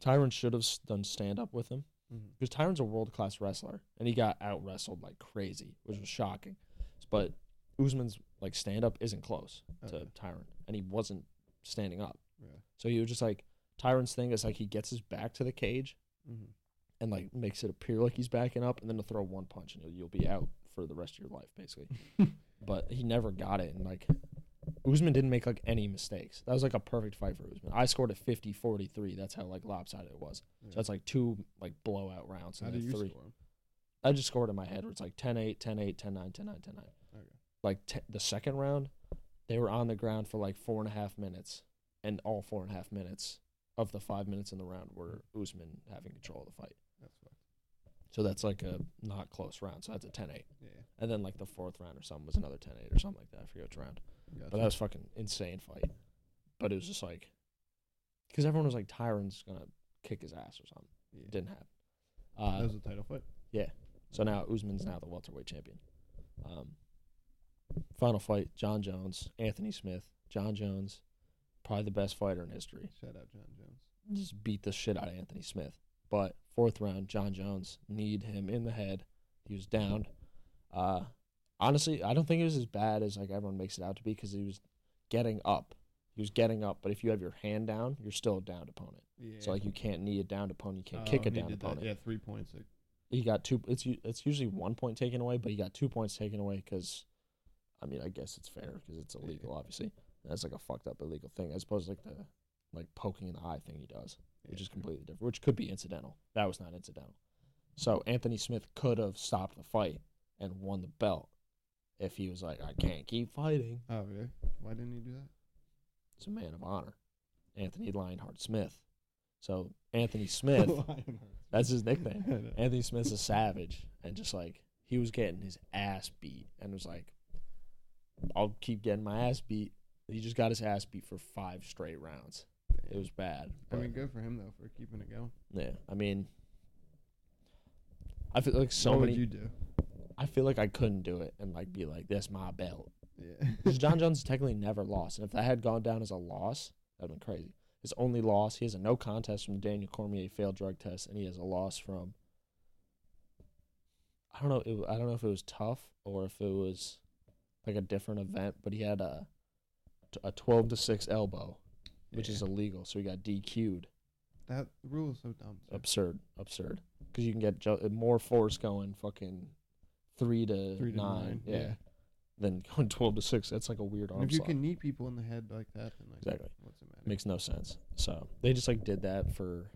Tyron should have s- done stand up with him.
Mm-hmm.
Because Tyron's a world class wrestler, and he got out wrestled like crazy, which was shocking. But Usman's like stand up isn't close to
Okay.
Tyrant, and he wasn't standing up.
Yeah.
So he was just like Tyrant's thing is like he gets his back to the cage
Mhm.
and like makes it appear like he's backing up, and then to throw one punch and you'll, you'll be out for the rest of your life basically. but he never got it, and like Usman didn't make like any mistakes. That was like a perfect fight for Usman. I scored at 50-43. That's how like lopsided it was.
Yeah.
So that's like two like blowout rounds
How
and
do
then
you
three.
score 'em?
I just scored in my head where it's like 10-8, 10-8, 10-9, 10-9, 10-9
Okay.
like t- the second round, they were on the ground for like four and a half minutes, and all four and a half minutes of the five minutes in the round were Usman having control of the fight.
That's fucked.
So that's like a not close round. So that's a 10 8.
Yeah.
And then like the fourth round or something was another 10 8 or something like that. I forget which round. But
Gotcha.
that was fucking insane fight. But it was just like, because everyone was like, Tyron's going to kick his ass or something.
yeah.
It didn't happen.
that
Uh,
was a title fight.
so now Usman's now the welterweight champion. Um, final fight: John Jones, Anthony Smith. John Jones, probably the best fighter in history,
Shout out John Jones.
just beat the shit out of Anthony Smith. But fourth round, John Jones kneed him in the head. He was down. Uh, honestly, I don't think it was as bad as like everyone makes it out to be because he was getting up. He was getting up, but if you have your hand down, you're still a downed opponent.
Yeah.
So like you can't knee a downed opponent, you can't kick
Oh,
a
he
downed
did that.
opponent
Yeah, three points. Like,
he got two. It's u- it's usually one point taken away, but he got two points taken away because, I mean, I guess it's fair because it's illegal, obviously. That's like a fucked up illegal thing, as opposed to like the like poking in the eye thing he does, which
yeah,
is completely different, which could be incidental. That was not incidental. So Anthony Smith could have stopped the fight and won the belt if he was like, I can't keep fighting.
Oh really? Why didn't he do that?
It's a man of honor, Anthony Lionheart Smith. So Anthony Smith, that's his nickname. Anthony Smith's a savage, and just like he was getting his ass beat, and was like, "I'll keep getting my ass beat." He just got his ass beat for five straight rounds. It was bad.
I
but-
mean, good for him though for keeping it going.
yeah. I mean, I feel like so
what
many.
would you do?
I feel like I couldn't do it and like be like, "That's my belt."
Yeah.
Because John Jones technically never lost, and if that had gone down as a loss, that'd been crazy. His only loss, he has a no contest from Daniel Cormier, failed drug test, and he has a loss from. I don't know. It, I don't know if it was tough or if it was like a different event, but he had a a twelve to six elbow, which is
Yeah.
illegal, so he got DQ'd.
that rule is so dumb. too.
Absurd, absurd. Because you can get ju- more force going, fucking three to,
Three to
nine,
nine,
yeah,
yeah.
than going twelve to six. That's like a weird arm
And if you
slot.
can knee people in the head like that, then like
Exactly.
what's the matter?
makes no sense. So they just like did that for.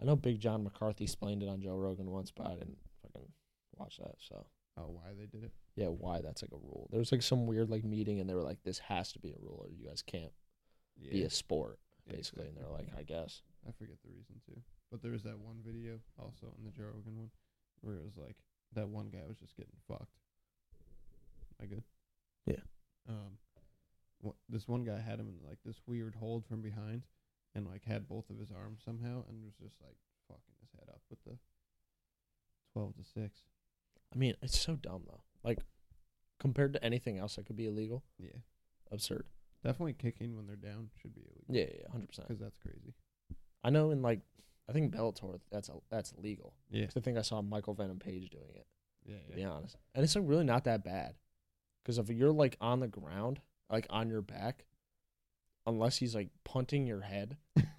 I know Big John McCarthy explained it on Joe Rogan once, but I didn't fucking watch that. So
oh, why they did it?
yeah, why that's like a rule? There was like some weird like meeting, and they were like, "This has to be a rule, or you guys can't
Yeah.
be a sport."
yeah,
Basically, and
exactly.
they're like, "I guess."
I forget the reason too, but there was that one video also on the Joe Rogan one where it was like that one guy was just getting fucked. Am I good?
Yeah.
Um, wha- this one guy had him in like this weird hold from behind, and like had both of his arms somehow, and was just like fucking his head up with the twelve to six.
I mean, it's so dumb though. Like compared to anything else that could be illegal,
Yeah,
absurd.
definitely kicking when they're down should be illegal
Yeah, yeah, hundred percent.
because that's crazy.
I know in like, I think Bellator that's a, that's legal.
Yeah.
'Cause I think I saw Michael Venom Page doing it.
Yeah,
to be honest. And it's like really not that bad, because if you're like on the ground, like on your back, unless he's like punting your head,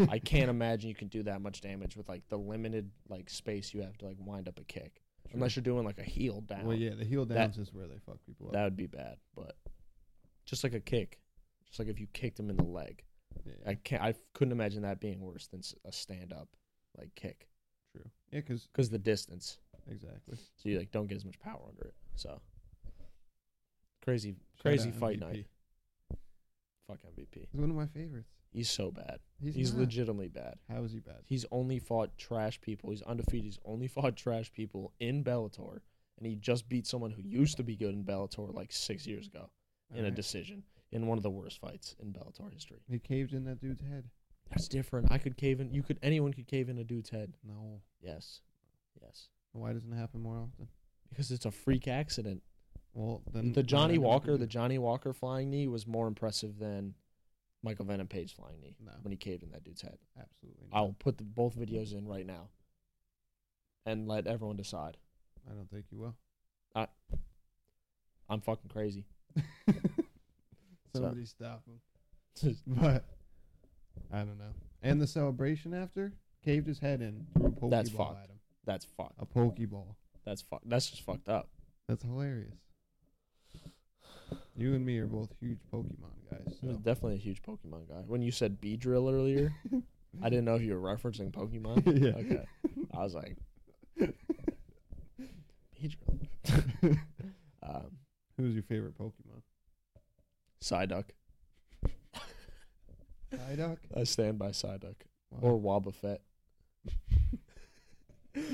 I can't imagine you can do that much damage with like the limited like space you have to like wind up a kick. Unless you're doing like a heel down,
Well, yeah, the heel
That-
downs is where they fuck people up.
that would be bad. But just like a kick, just like if you kicked him in the leg,
yeah,
I can't. I couldn't imagine that being worse than s- a stand up like kick
true. Yeah, because
because the distance,
exactly.
so you like don't get as much power under it. So crazy,
Shout
crazy
out
fight
MVP.
night. Fuck MVP.
He's one of my favorites.
He's so bad.
He's,
He's,
not.
legitimately bad.
How is he bad?
He's only fought trash people. He's undefeated. He's only fought trash people in Bellator, and he just beat someone who used to be good in Bellator like six years ago in a
Alright.
decision in one of the worst fights in Bellator history.
he caved in that dude's head.
That's different. I could cave in. You could. Anyone could cave in a dude's head.
No.
Yes. Yes.
Why doesn't it happen more often?
Because it's a freak accident.
Well, then
The
why
Johnny
not do it
Walker,
to
the
you?
Johnny Walker flying knee was more impressive than Michael Venom Page flying knee
no,
when he caved in that dude's head.
absolutely. Not.
I'll put the, both videos in right now, and let everyone decide.
I don't think you will.
I'm fucking crazy.
Somebody stop him. But I don't know. And the celebration after caved his head in, threw a pokeball
That's fucked.
at him.
That's fucked.
A pokeball.
That's fucked. That's just fucked up.
That's hilarious. You and me are both huge Pokemon guys.
He was
So.
definitely a huge Pokemon guy. When you said B drill earlier, I didn't know if you were referencing Pokemon.
yeah.
Okay. I was like, B drill. um,
Who's your favorite Pokemon?
Psyduck.
Psyduck.
I stand by Psyduck.
Wow.
Or Wobbuffet.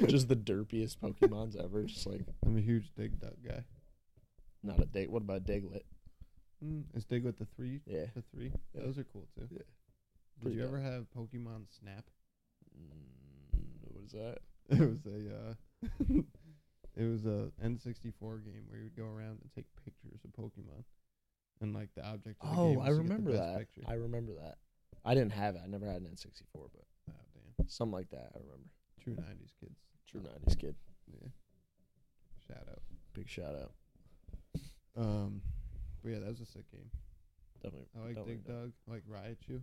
just the derpiest Pokemons ever. Just like,
I'm a huge Dig Duck guy.
not a date. What about Diglett?
Mm, is Dig with the three?
Yeah.
The three.
Hmm. Yeah.
Those are cool too.
Yeah.
Did
Pretty
you
dope.
ever have Pokemon Snap?
Mm, what is that?
It was a. Uh, it was a N64 game where you would go around and take pictures of Pokemon, and like the object. Of the game
Oh,
was
I
to get the
remember
best
that.
Picture.
I remember that. I didn't have it. I never had an N64, but
Oh, damn.
something like that. I remember.
True 90s kids.
True 90s kid.
Yeah. Shout out.
Big shout out.
Um, but yeah, that was a sick game.
Definitely.
I like
definitely
Dig Dug. I like Raichu.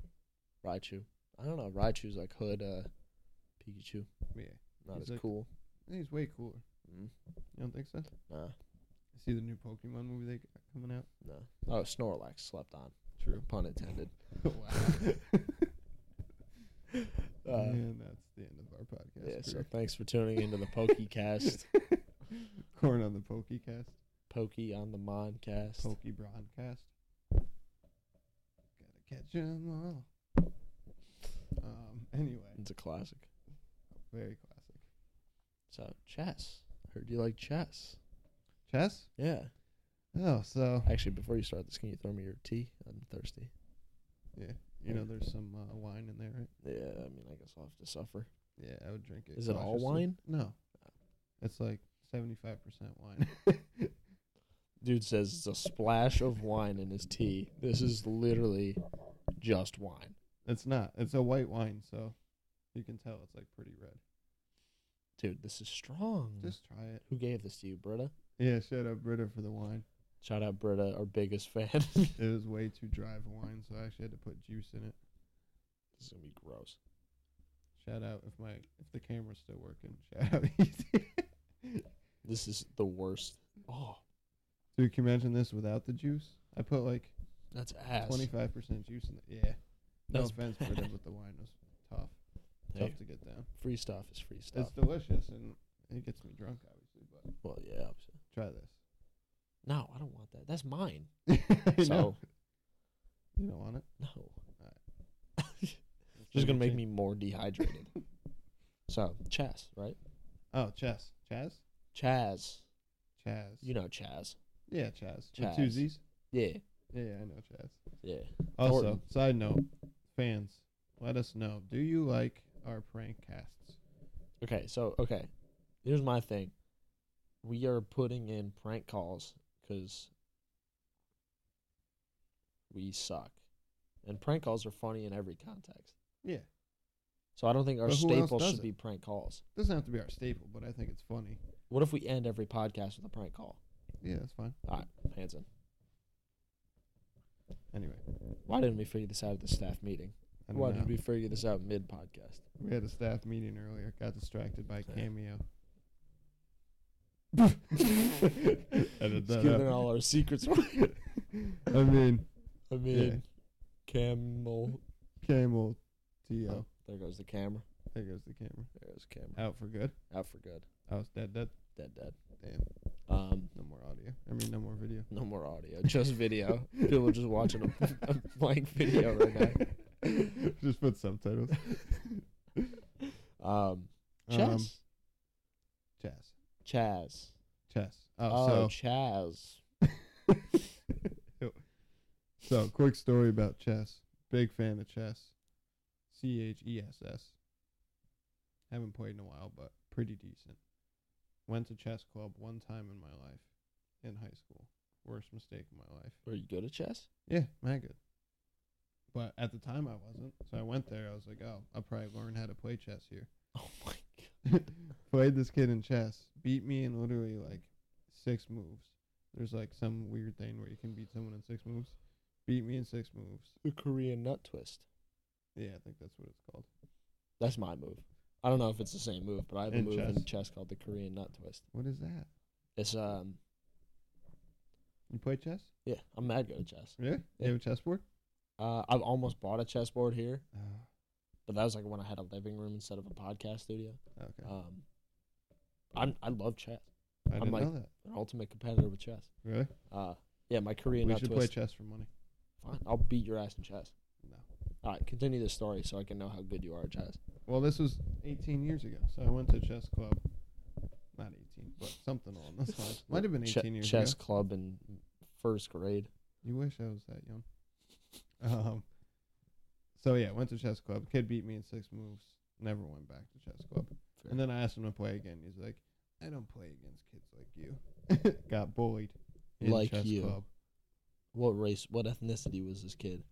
Raichu. I don't know. Raichu's like hood uh, Pikachu.
Yeah.
Not
He's
as
like-
cool.
I think he's way cooler.
Mm,
You don't think so?
nah,
See the new Pokemon movie they got coming out?
no. Oh, Snorlax slept on.
True.
Pun intended.
wow.
Uh,
and that's the end of our podcast.
yeah, so
career.
thanks for tuning into the Pokecast.
Corn on the Pokecast.
Pokey on the Moncast.
Pokebroncast. Gotta catch 'em all. Um, anyway,
It's a classic.
very classic.
So, chess. Heard you like chess.
Chess?
Yeah.
Oh, so.
Actually, before you start this, can you throw me your tea? I'm thirsty.
Yeah. You know, there's some uh, wine in there, right?
Yeah, I mean, I guess I'll have to suffer.
Yeah, I would drink it.
Is it all
cautiously.
wine?
No. It's like 75% wine.
Dude says it's a splash of wine in his tea. This is literally just wine.
It's not. It's a white wine, so you can tell it's like pretty red.
Dude, this is strong.
Just try it.
Who gave this to you, Britta?
Yeah, shout out Britta for the wine.
Shout out Britta, our biggest fan. this
It was way too dry of a wine, so I actually had to put juice in it.
is gonna be gross.
Shout out if my if the camera's still working. Shout out Easy.
This is the worst. Oh,
Dude, can you imagine this without the juice? I put like
that's ass.
twenty five percent juice in the yeah. No
That's
offense,
bad.
Britta, but the wine was tough.
Hey,
Tough to get down.
free stuff is free stuff.
It's delicious and it gets me drunk obviously, but
well, yeah. Obviously.
try this.
No, I don't want that. That's mine.
I
so
know. You don't want it?
no,
It's
just gonna make
change.
me more dehydrated. so Chaz, right?
Oh, Chess. Chaz?
Chaz,
Chaz.
you know Chaz.
Yeah, Chaz.
Chaz.
With two Z's.
Yeah,
Yeah, yeah, I know Chaz.
yeah.
Also,
Thornton.
side note, fans, let us know. Do you like our prank casts?
Okay, so okay, here's my thing. We are putting in prank calls because we suck, and prank calls are funny in every context.
Yeah.
So I don't think our
But who else
staple
does
should
it?
be prank calls.
Doesn't have to be our staple, but I think it's funny.
What if we end every podcast with a prank call?
Yeah, that's fine.
All right, Hanson.
Anyway,
Why didn't we figure this out at the staff meeting?
I don't
Why
know.
did we figure this out mid podcast?
we had a staff meeting earlier. Got distracted by
Yeah.
Cameo. Edit
Just
that
giving
out.
all our secrets.
I mean,
I mean, camel.
Camel, T.O.
Oh, there goes the camera.
There goes the camera.
There goes the camera.
Out for good.
Out for good.
I was dead, dead.
Dead, dead.
Damn.
Um,
No more audio. I mean, no more video.
no more audio, just video. People are just watching a, a blank video right
Just put subtitles.
now. Um, Chaz.
Um, Chaz.
Chaz.
Chess.
Oh,
Oh,
Chaz.
so so quick story about chess. Big fan of chess. C H E S S. Haven't played in a while, but pretty decent. Went to chess club one time in my life, in high school. Worst mistake of my life.
Are you good at chess?
Yeah, my good. But at the time I wasn't, so I went there. I was like, oh, I'll probably learn how to play chess here.
Oh my god.
played this kid in chess, beat me in literally like six moves. There's like some weird thing where you can beat someone in six moves. Beat me in six moves.
The Korean nut twist.
Yeah, I think that's what it's called.
That's my move. I don't know if it's the same move, but I have a
In
move in
chess?
chess called the Korean nut twist.
What is that?
It's um
You play chess?
yeah, I'm mad good at chess.
Really?
Yeah.
You have a chessboard?
Uh, I've almost bought a chess board here,
Oh,
but that was like when I had a living room instead of a podcast studio.
Oh, okay.
Um, I'm I love chess.
Uh, I
I'm
didn't
like-
know that.
An ultimate competitor with chess.
Really?
Uh, yeah, my Korean
We
nut
should
twist.
play chess for money.
Fine, I'll beat your ass in chess.
No.
All right, continue the story so I can know how good you are at chess.
Well, this was 18 years ago, so I went to chess club. Not 18, but something along those lines. Might have been
Che-
18 years
chess
ago.
club in first grade.
You wish I was that young. Um. So yeah, went to chess club. Kid beat me in six moves. Never went back to chess club.
Fair.
And then I asked him to play again. He's like, I don't play against kids like you. Got bullied. In
Like
chess
you.
Club.
What race? What ethnicity was this kid?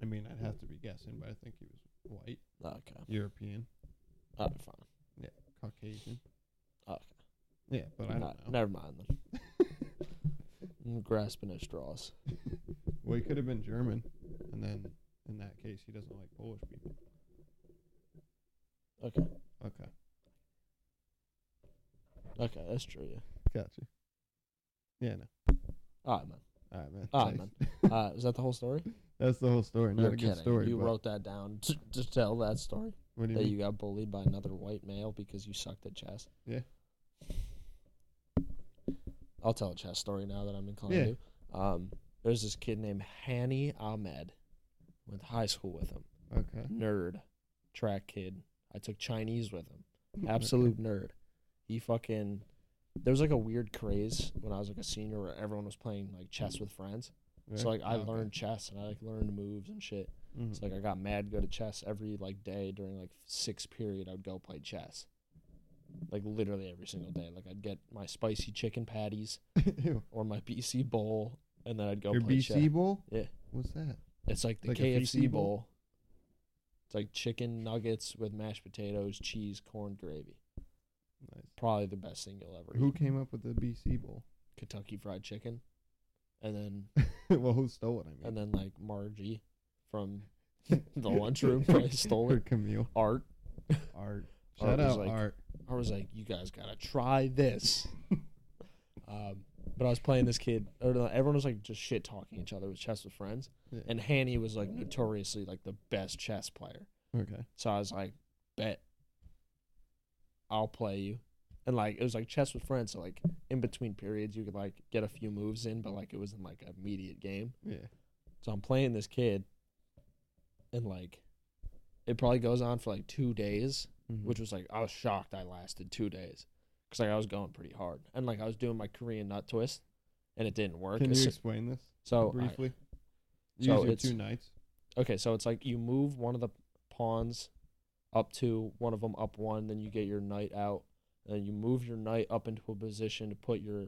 I mean, I'd have to be guessing, but I think he was white,
Okay.
European,
All right, fine.
Caucasian.
Okay.
Yeah, but I don't
Nah,
know.
Never mind then. I'm grasping at straws.
Well, he could have been German, and then in that case, he doesn't like Polish people.
Okay.
Okay,
Okay, that's true. Yeah.
gotcha. Yeah, no.
All right, man.
All right, man.
All right,
Thanks.
man. Uh, is that the whole story?
That's the whole story. Not
You're
a
kidding.
good story.
you
but Mm-hmm.
wrote that down to, to tell that story
What do you
that
mean?
you got bullied by another white male because you sucked at chess.
Yeah.
I'll tell a chess story now that I'm inclined
Yeah.
to. Um, there's this kid named Hani Ahmed. Went to high school with him.
okay.
Nerd, track kid. I took Chinese with him. absolute nerd. He fucking there was like a weird craze when I was like a senior where everyone was playing like chess with friends. So like
Oh,
I learned chess and I like learned moves and shit.
mm
It's like I got mad good at chess every like day during like sixth period. I'd go play chess, like literally every single day. Like I'd get my spicy chicken patties
Ew.
or my BC bowl, and then I'd go
Your
play
BC
chess.
bowl.
Yeah.
What's that?
It's like the
Like a
KFC
BC
bowl.
bowl?
It's like chicken nuggets with mashed potatoes, cheese, corn gravy.
Nice.
Probably the best thing you'll ever eat.
Who came up with the BC bowl?
Kentucky Fried Chicken, and then
well, who stole it? I mean,
and then like Margie from the lunchroom probably stole
Or
it.
Camille.
Art.
Art.
Art
Shout
was
out
like-
Art.
I was like, you guys gotta try this. um, but I was playing this kid. Or no, everyone was like just shit talking each other with chess with friends,
Yeah.
and Hanny was like notoriously like the best chess player.
Okay.
So I was like, bet I'll play you. And like it was like chess with friends, so like in between periods you could like get a few moves in, but like it wasn't like an immediate game.
Yeah.
So I'm playing this kid, and like, it probably goes on for like two days,
Mhm.
which was like I was shocked I lasted two days, cause like I was going pretty hard, and like I was doing my Korean nut twist, and it didn't work.
Can
It's-
you explain this
so I-
briefly?
so
Use your
it's-
two knights.
okay, so it's like you move one of the pawns up to one of them up one, then you get your knight out, and then you move your knight up into a position to put your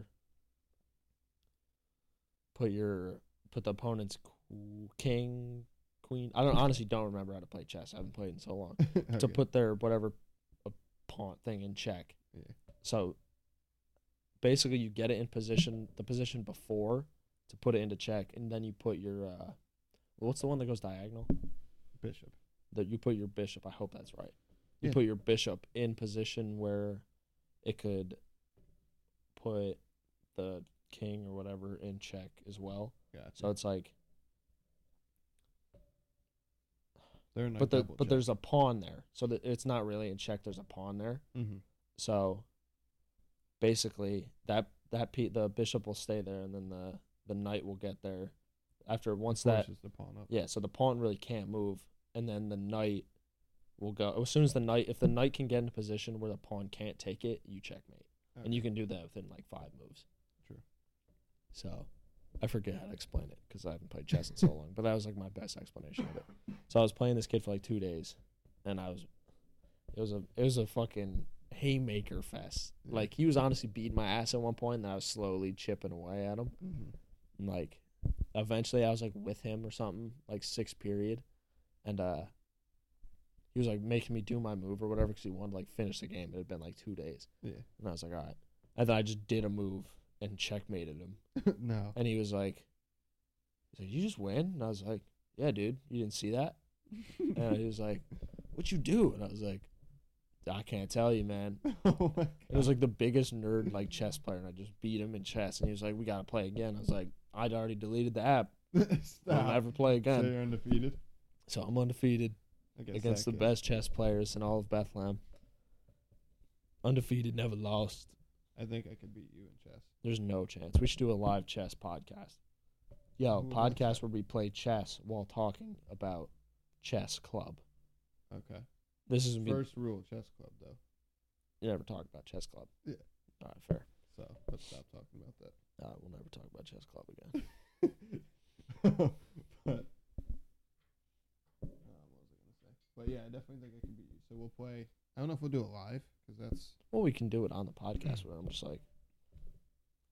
put your put the opponent's qu- king queen. I don't honestly don't remember how to play chess. I haven't played in so long to
Okay.
put their whatever a pawn thing in check.
Yeah.
So basically, you get it in position, the position before to put it into check, and then you put your uh, what's the one that goes diagonal?
bishop.
That you put your bishop. I hope that's right. You
Yeah.
put your bishop in position where it could put the king or whatever in check as well.
Gotcha.
So it's like,
They're not
but the,
double
but there's a pawn there, so that it's not really in check. There's a pawn there.
hmm
So basically, that that pe- the bishop will stay there, and then the the knight will get there after once that.
the pawn up.
Yeah, so the pawn really can't move, and then the knight will go as soon as the knight. If the knight can get in a position where the pawn can't take it, you checkmate, and you
Okay.
can do that within like five moves.
True.
So. I forget how to explain it because I haven't played chess in so long, but that was like my best explanation of it. So I was playing this kid for like two days, and I was, it was a it was a fucking haymaker fest.
Yeah.
Like he was honestly beating my ass at one point, and I was slowly chipping away at him.
Mhm.
And like, eventually I was like with him or something, like sixth period, and uh, he was like making me do my move or whatever because he wanted to like finish the game. It had been like two days,
Yeah.
and I was like, all right. And then I just did a move, and checkmated him.
Mm-hmm. no.
And he was like, he's like, you just win? And I was like, yeah, dude, you didn't see that? And he was like, what you do? And I was like, I can't tell you, man.
oh my
It was like the biggest nerd like chess player, and I just beat him in chess. And he was like, "We gotta play again." I was like, "I'd already deleted the app.
god.
I'll
Stop.
never play
So
again."
you're undefeated
So I'm undefeated
against,
against the
that kid.
best chess players in all of Bethlehem. Undefeated, never lost.
I think I could beat you in chess.
There's no chance. We should do a live chess podcast. Yo,
Ooh, that's-
podcast where we play chess while talking about chess club.
Okay.
This is me.
First rule, chess club though.
You never talk about chess club.
Yeah.
All right, fair.
So let's stop talking about that.
Uh, we'll never talk about chess club again.
but um, what was I gonna say? But yeah, I definitely think I can beat you. So we'll play. I don't know if we'll do it live because that's
Well, we can do it on the podcast where I'm just like,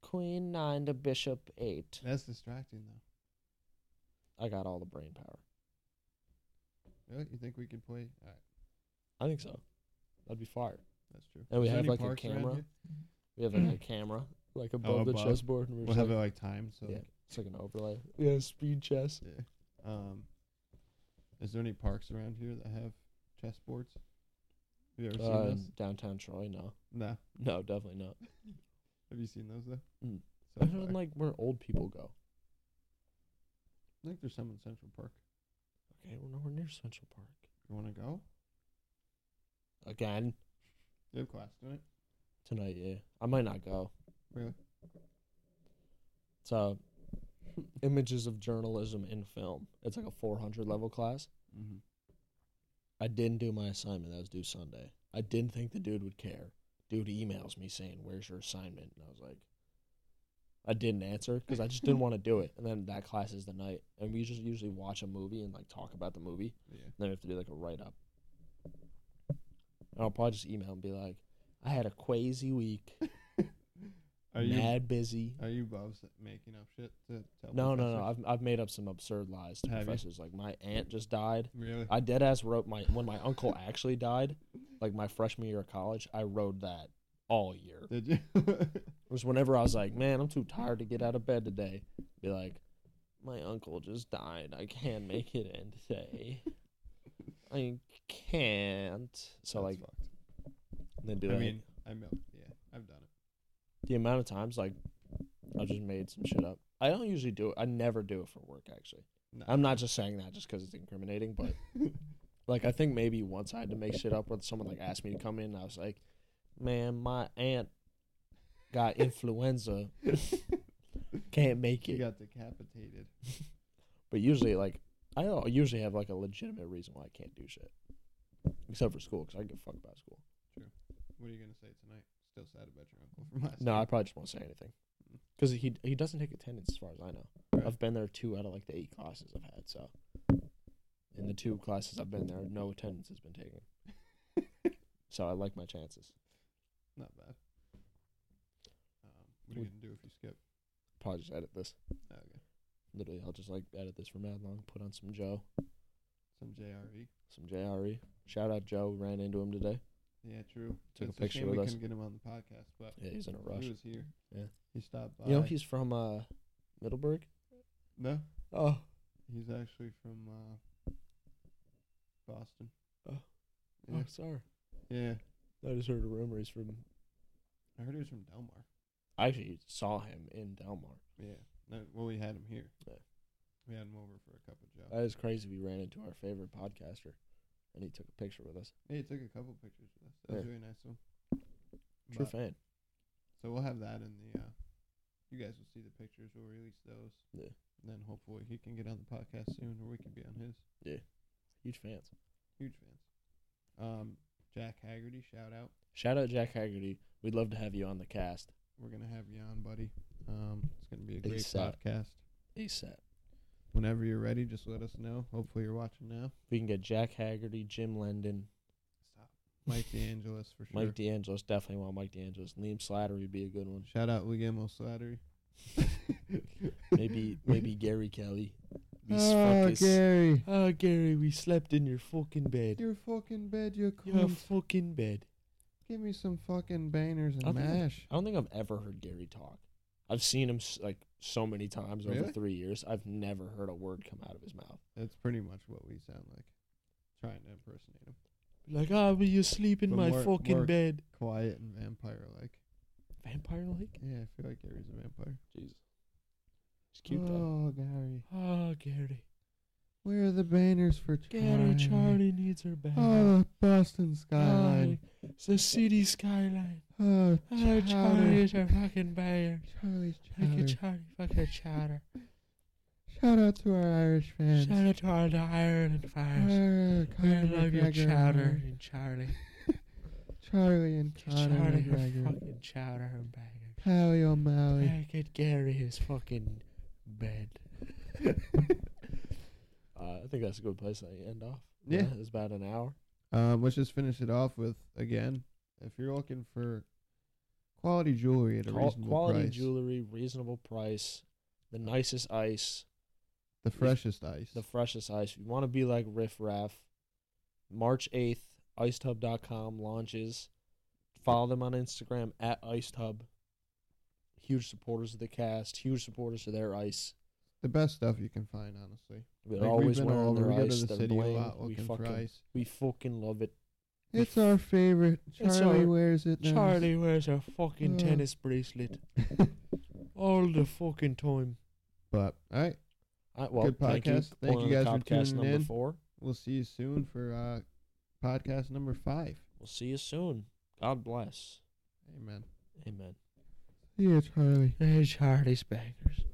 Queen nine to Bishop eight.
that's distracting though.
I got all the brain power.
Really, you think we could play? All right,
I think so. That'd be fire.
that's true.
And we
Is there
have,
any
like, a
parks around
camera.
here?
We have like a camera like Oh, above the
above.
chessboard, and we're
We'll
just
have it
like,
like timed. So
yeah, it's like an overlay. Yeah, speed chess.
like, yeah. Um, is there any parks around here that have chess boards? Have you ever
Uh,
seen those?
in downtown Troy, no,
No.
no, definitely not.
Have you seen those though?
Mm.
So
Other than
far.
like where old people go.
I think there's some in Central Park.
Okay, we're nowhere near Central Park
You want to go?
again
You have class tonight.
tonight. Yeah, I might not go.
Really?
So, images of journalism in film. It's like a 400 level class.
Mm-hmm.
I didn't do my assignment. That was due Sunday. I didn't think the dude would care. Dude emails me saying, "Where's your assignment?" And I was like, I didn't answer because I just didn't want to do it. And then that class is the night, and we just usually watch a movie and like talk about the movie.
Yeah.
And then we have to do like a write up. And I'll probably just email and be like, "I had a crazy week,
Are you
mad busy."
Are you above s- making up shit to tell
No, no, no.
professors?
I've I've made up some absurd lies to
Have you?
professors. Like my aunt just died.
Really?
I dead ass wrote my when my uncle actually died, like my freshman year of college, I rode that all year.
Did you?
It was whenever I was like, Man, I'm too tired to get out of bed today. Be like, My uncle just died. I can't make it in today. I can't. So
That's
like
fucked.
then do
I
that.
mean, I milk. Yeah, I've done it.
the amount of times like I just made some shit up. I don't usually do it. I never do it for work actually.
No.
I'm not just saying that just because it's incriminating, but like I think maybe once I had to make shit up when someone like asked me to come in and I was like, Man, my aunt got influenza. Can't make
You
it.
got decapitated.
But usually like I don't- usually have like a legitimate reason why I can't do shit. Except for school, because I don't give a fuck about school.
What are you gonna say tonight? Still sad about your uncle from last
No, I
night.
probably just won't say anything. Because he he doesn't take attendance, as far as I know.
Right.
I've been there two out of like the eight classes I've had. So, in the two classes I've been there, no attendance has been taken. so I like my chances.
Not bad. Um, what are
We-
you gonna do if you skip?
Probably just edit this.
Oh, okay.
Literally, I'll just like edit this for mad long. Put on some Joe,
Some E? JRE.
some JRE. Shout out Joe. Ran into him today.
Yeah, true.
Took a
it's
picture
shame
with
we
us.
couldn't get him on the podcast, but
Yeah, he's in a rush.
he was here.
Yeah.
He stopped by.
You know he's from uh, Middleburg.
no,
Oh,
he's actually from uh, Boston.
Oh.
Yeah.
oh, sorry.
yeah.
I just heard a rumor he's from.
I heard he was from Delmar.
I actually saw him in Delmar.
Yeah. No, well, we had him here.
Yeah. Uh,
We had him over for a cup of joe.
That is crazy. We ran into our favorite podcaster, and he took a picture with us.
yeah, he took a couple pictures with us. That was
Yeah.
really nice of him.
True
But-
fan.
so we'll have that in the. Uh, you guys will see the pictures. We'll release those.
Yeah.
And then hopefully he can get on the podcast soon, or we can be on his.
Huge fans.
Huge fans. Um, Jack Haggerty, shout out.
Shout out Jack Haggerty. We'd love to have you on the cast
We're gonna have you on, buddy. Um, it's gonna be a great
ASAP.
podcast.
ASAP.
Whenever you're ready, just let us know. Hopefully you're watching now.
We can get Jack Haggerty, Jim Lendon,
Stop. Mike DeAngelis for sure.
Mike DeAngelis. Definitely want Mike DeAngelis. Liam Slattery would be a good one.
shout out Guillermo Slattery.
Maybe maybe Gary Kelly. We s-
Oh,
fuck is-
Gary.
Ah, Gary, we slept in your fucking bed.
Your fucking bed, you
Your
cunt.
fucking bed.
Give me some fucking bangers and
Okay.
mash.
I don't think I've ever heard Gary talk. I I've seen him s- like so many times over
Really?
three years. I've never heard a word come out of his mouth.
That's pretty much what we sound like. Trying to impersonate him.
Like, ah, will you sleep in
But
my
more-
fucking
more-
bed?
Quiet and vampire like.
Vampire like?
Yeah, I feel like Gary's a vampire.
Jesus. It's cute though.
oh, Gary.
Oh, Gary.
Where are the banners for Charlie?
Gary Ah, Charlie needs her back.
Oh, the Boston skyline.
Oh, it's the city skyline.
Oh,
Oh,
Charlie.
Charlie's her fucking banger.
Charlie's
Fuck a
chowder.
Charlie, fuck a chowder.
Shout out to our Irish fans.
Shout out to all the Ireland fires.
Arr,
We
Conor
love your
McGregor.
chowder and Charlie.
Charlie and Conor
Charlie, her
McGregor.
fucking chowder and banger.
Pally O'Malley.
Yeah, get Gary his fucking bed. uh, I think that's a good place to end off.
Yeah.
it's about an hour.
Um, let's just finish it off with again. If you're looking for quality jewelry at a
Qual-
reasonable
quality
price,
jewelry, reasonable price, the nicest ice,
the freshest ice.
the freshest ice. If you want to be like Riff Raff, March 8th, icetub.com launches. Follow them on Instagram at icetub. Huge supporters of the cast, huge supporters of their ice.
the best stuff you can find, honestly.
They're
Like,
always
we've been all
wearing their
over. We go
ice.
to the
They're
city a
bling.
lot
we
looking for
fucking
ice.
we fucking love it. We
It's
f-
our favorite.
It's
Charlie
our-
wears it. now.
Charlie wears a fucking
Uh.
tennis bracelet all the fucking time.
but all right,
I, well,
Good
thank you,
podcast. Thank
Corner
you
of the
guys for
Copcast
tuning
number
in.
four.
we'll see you soon for uh, podcast number five.
We'll see you soon. God bless.
Amen.
Amen.
Yeah, Charlie.
Hey, Charlie's bangers.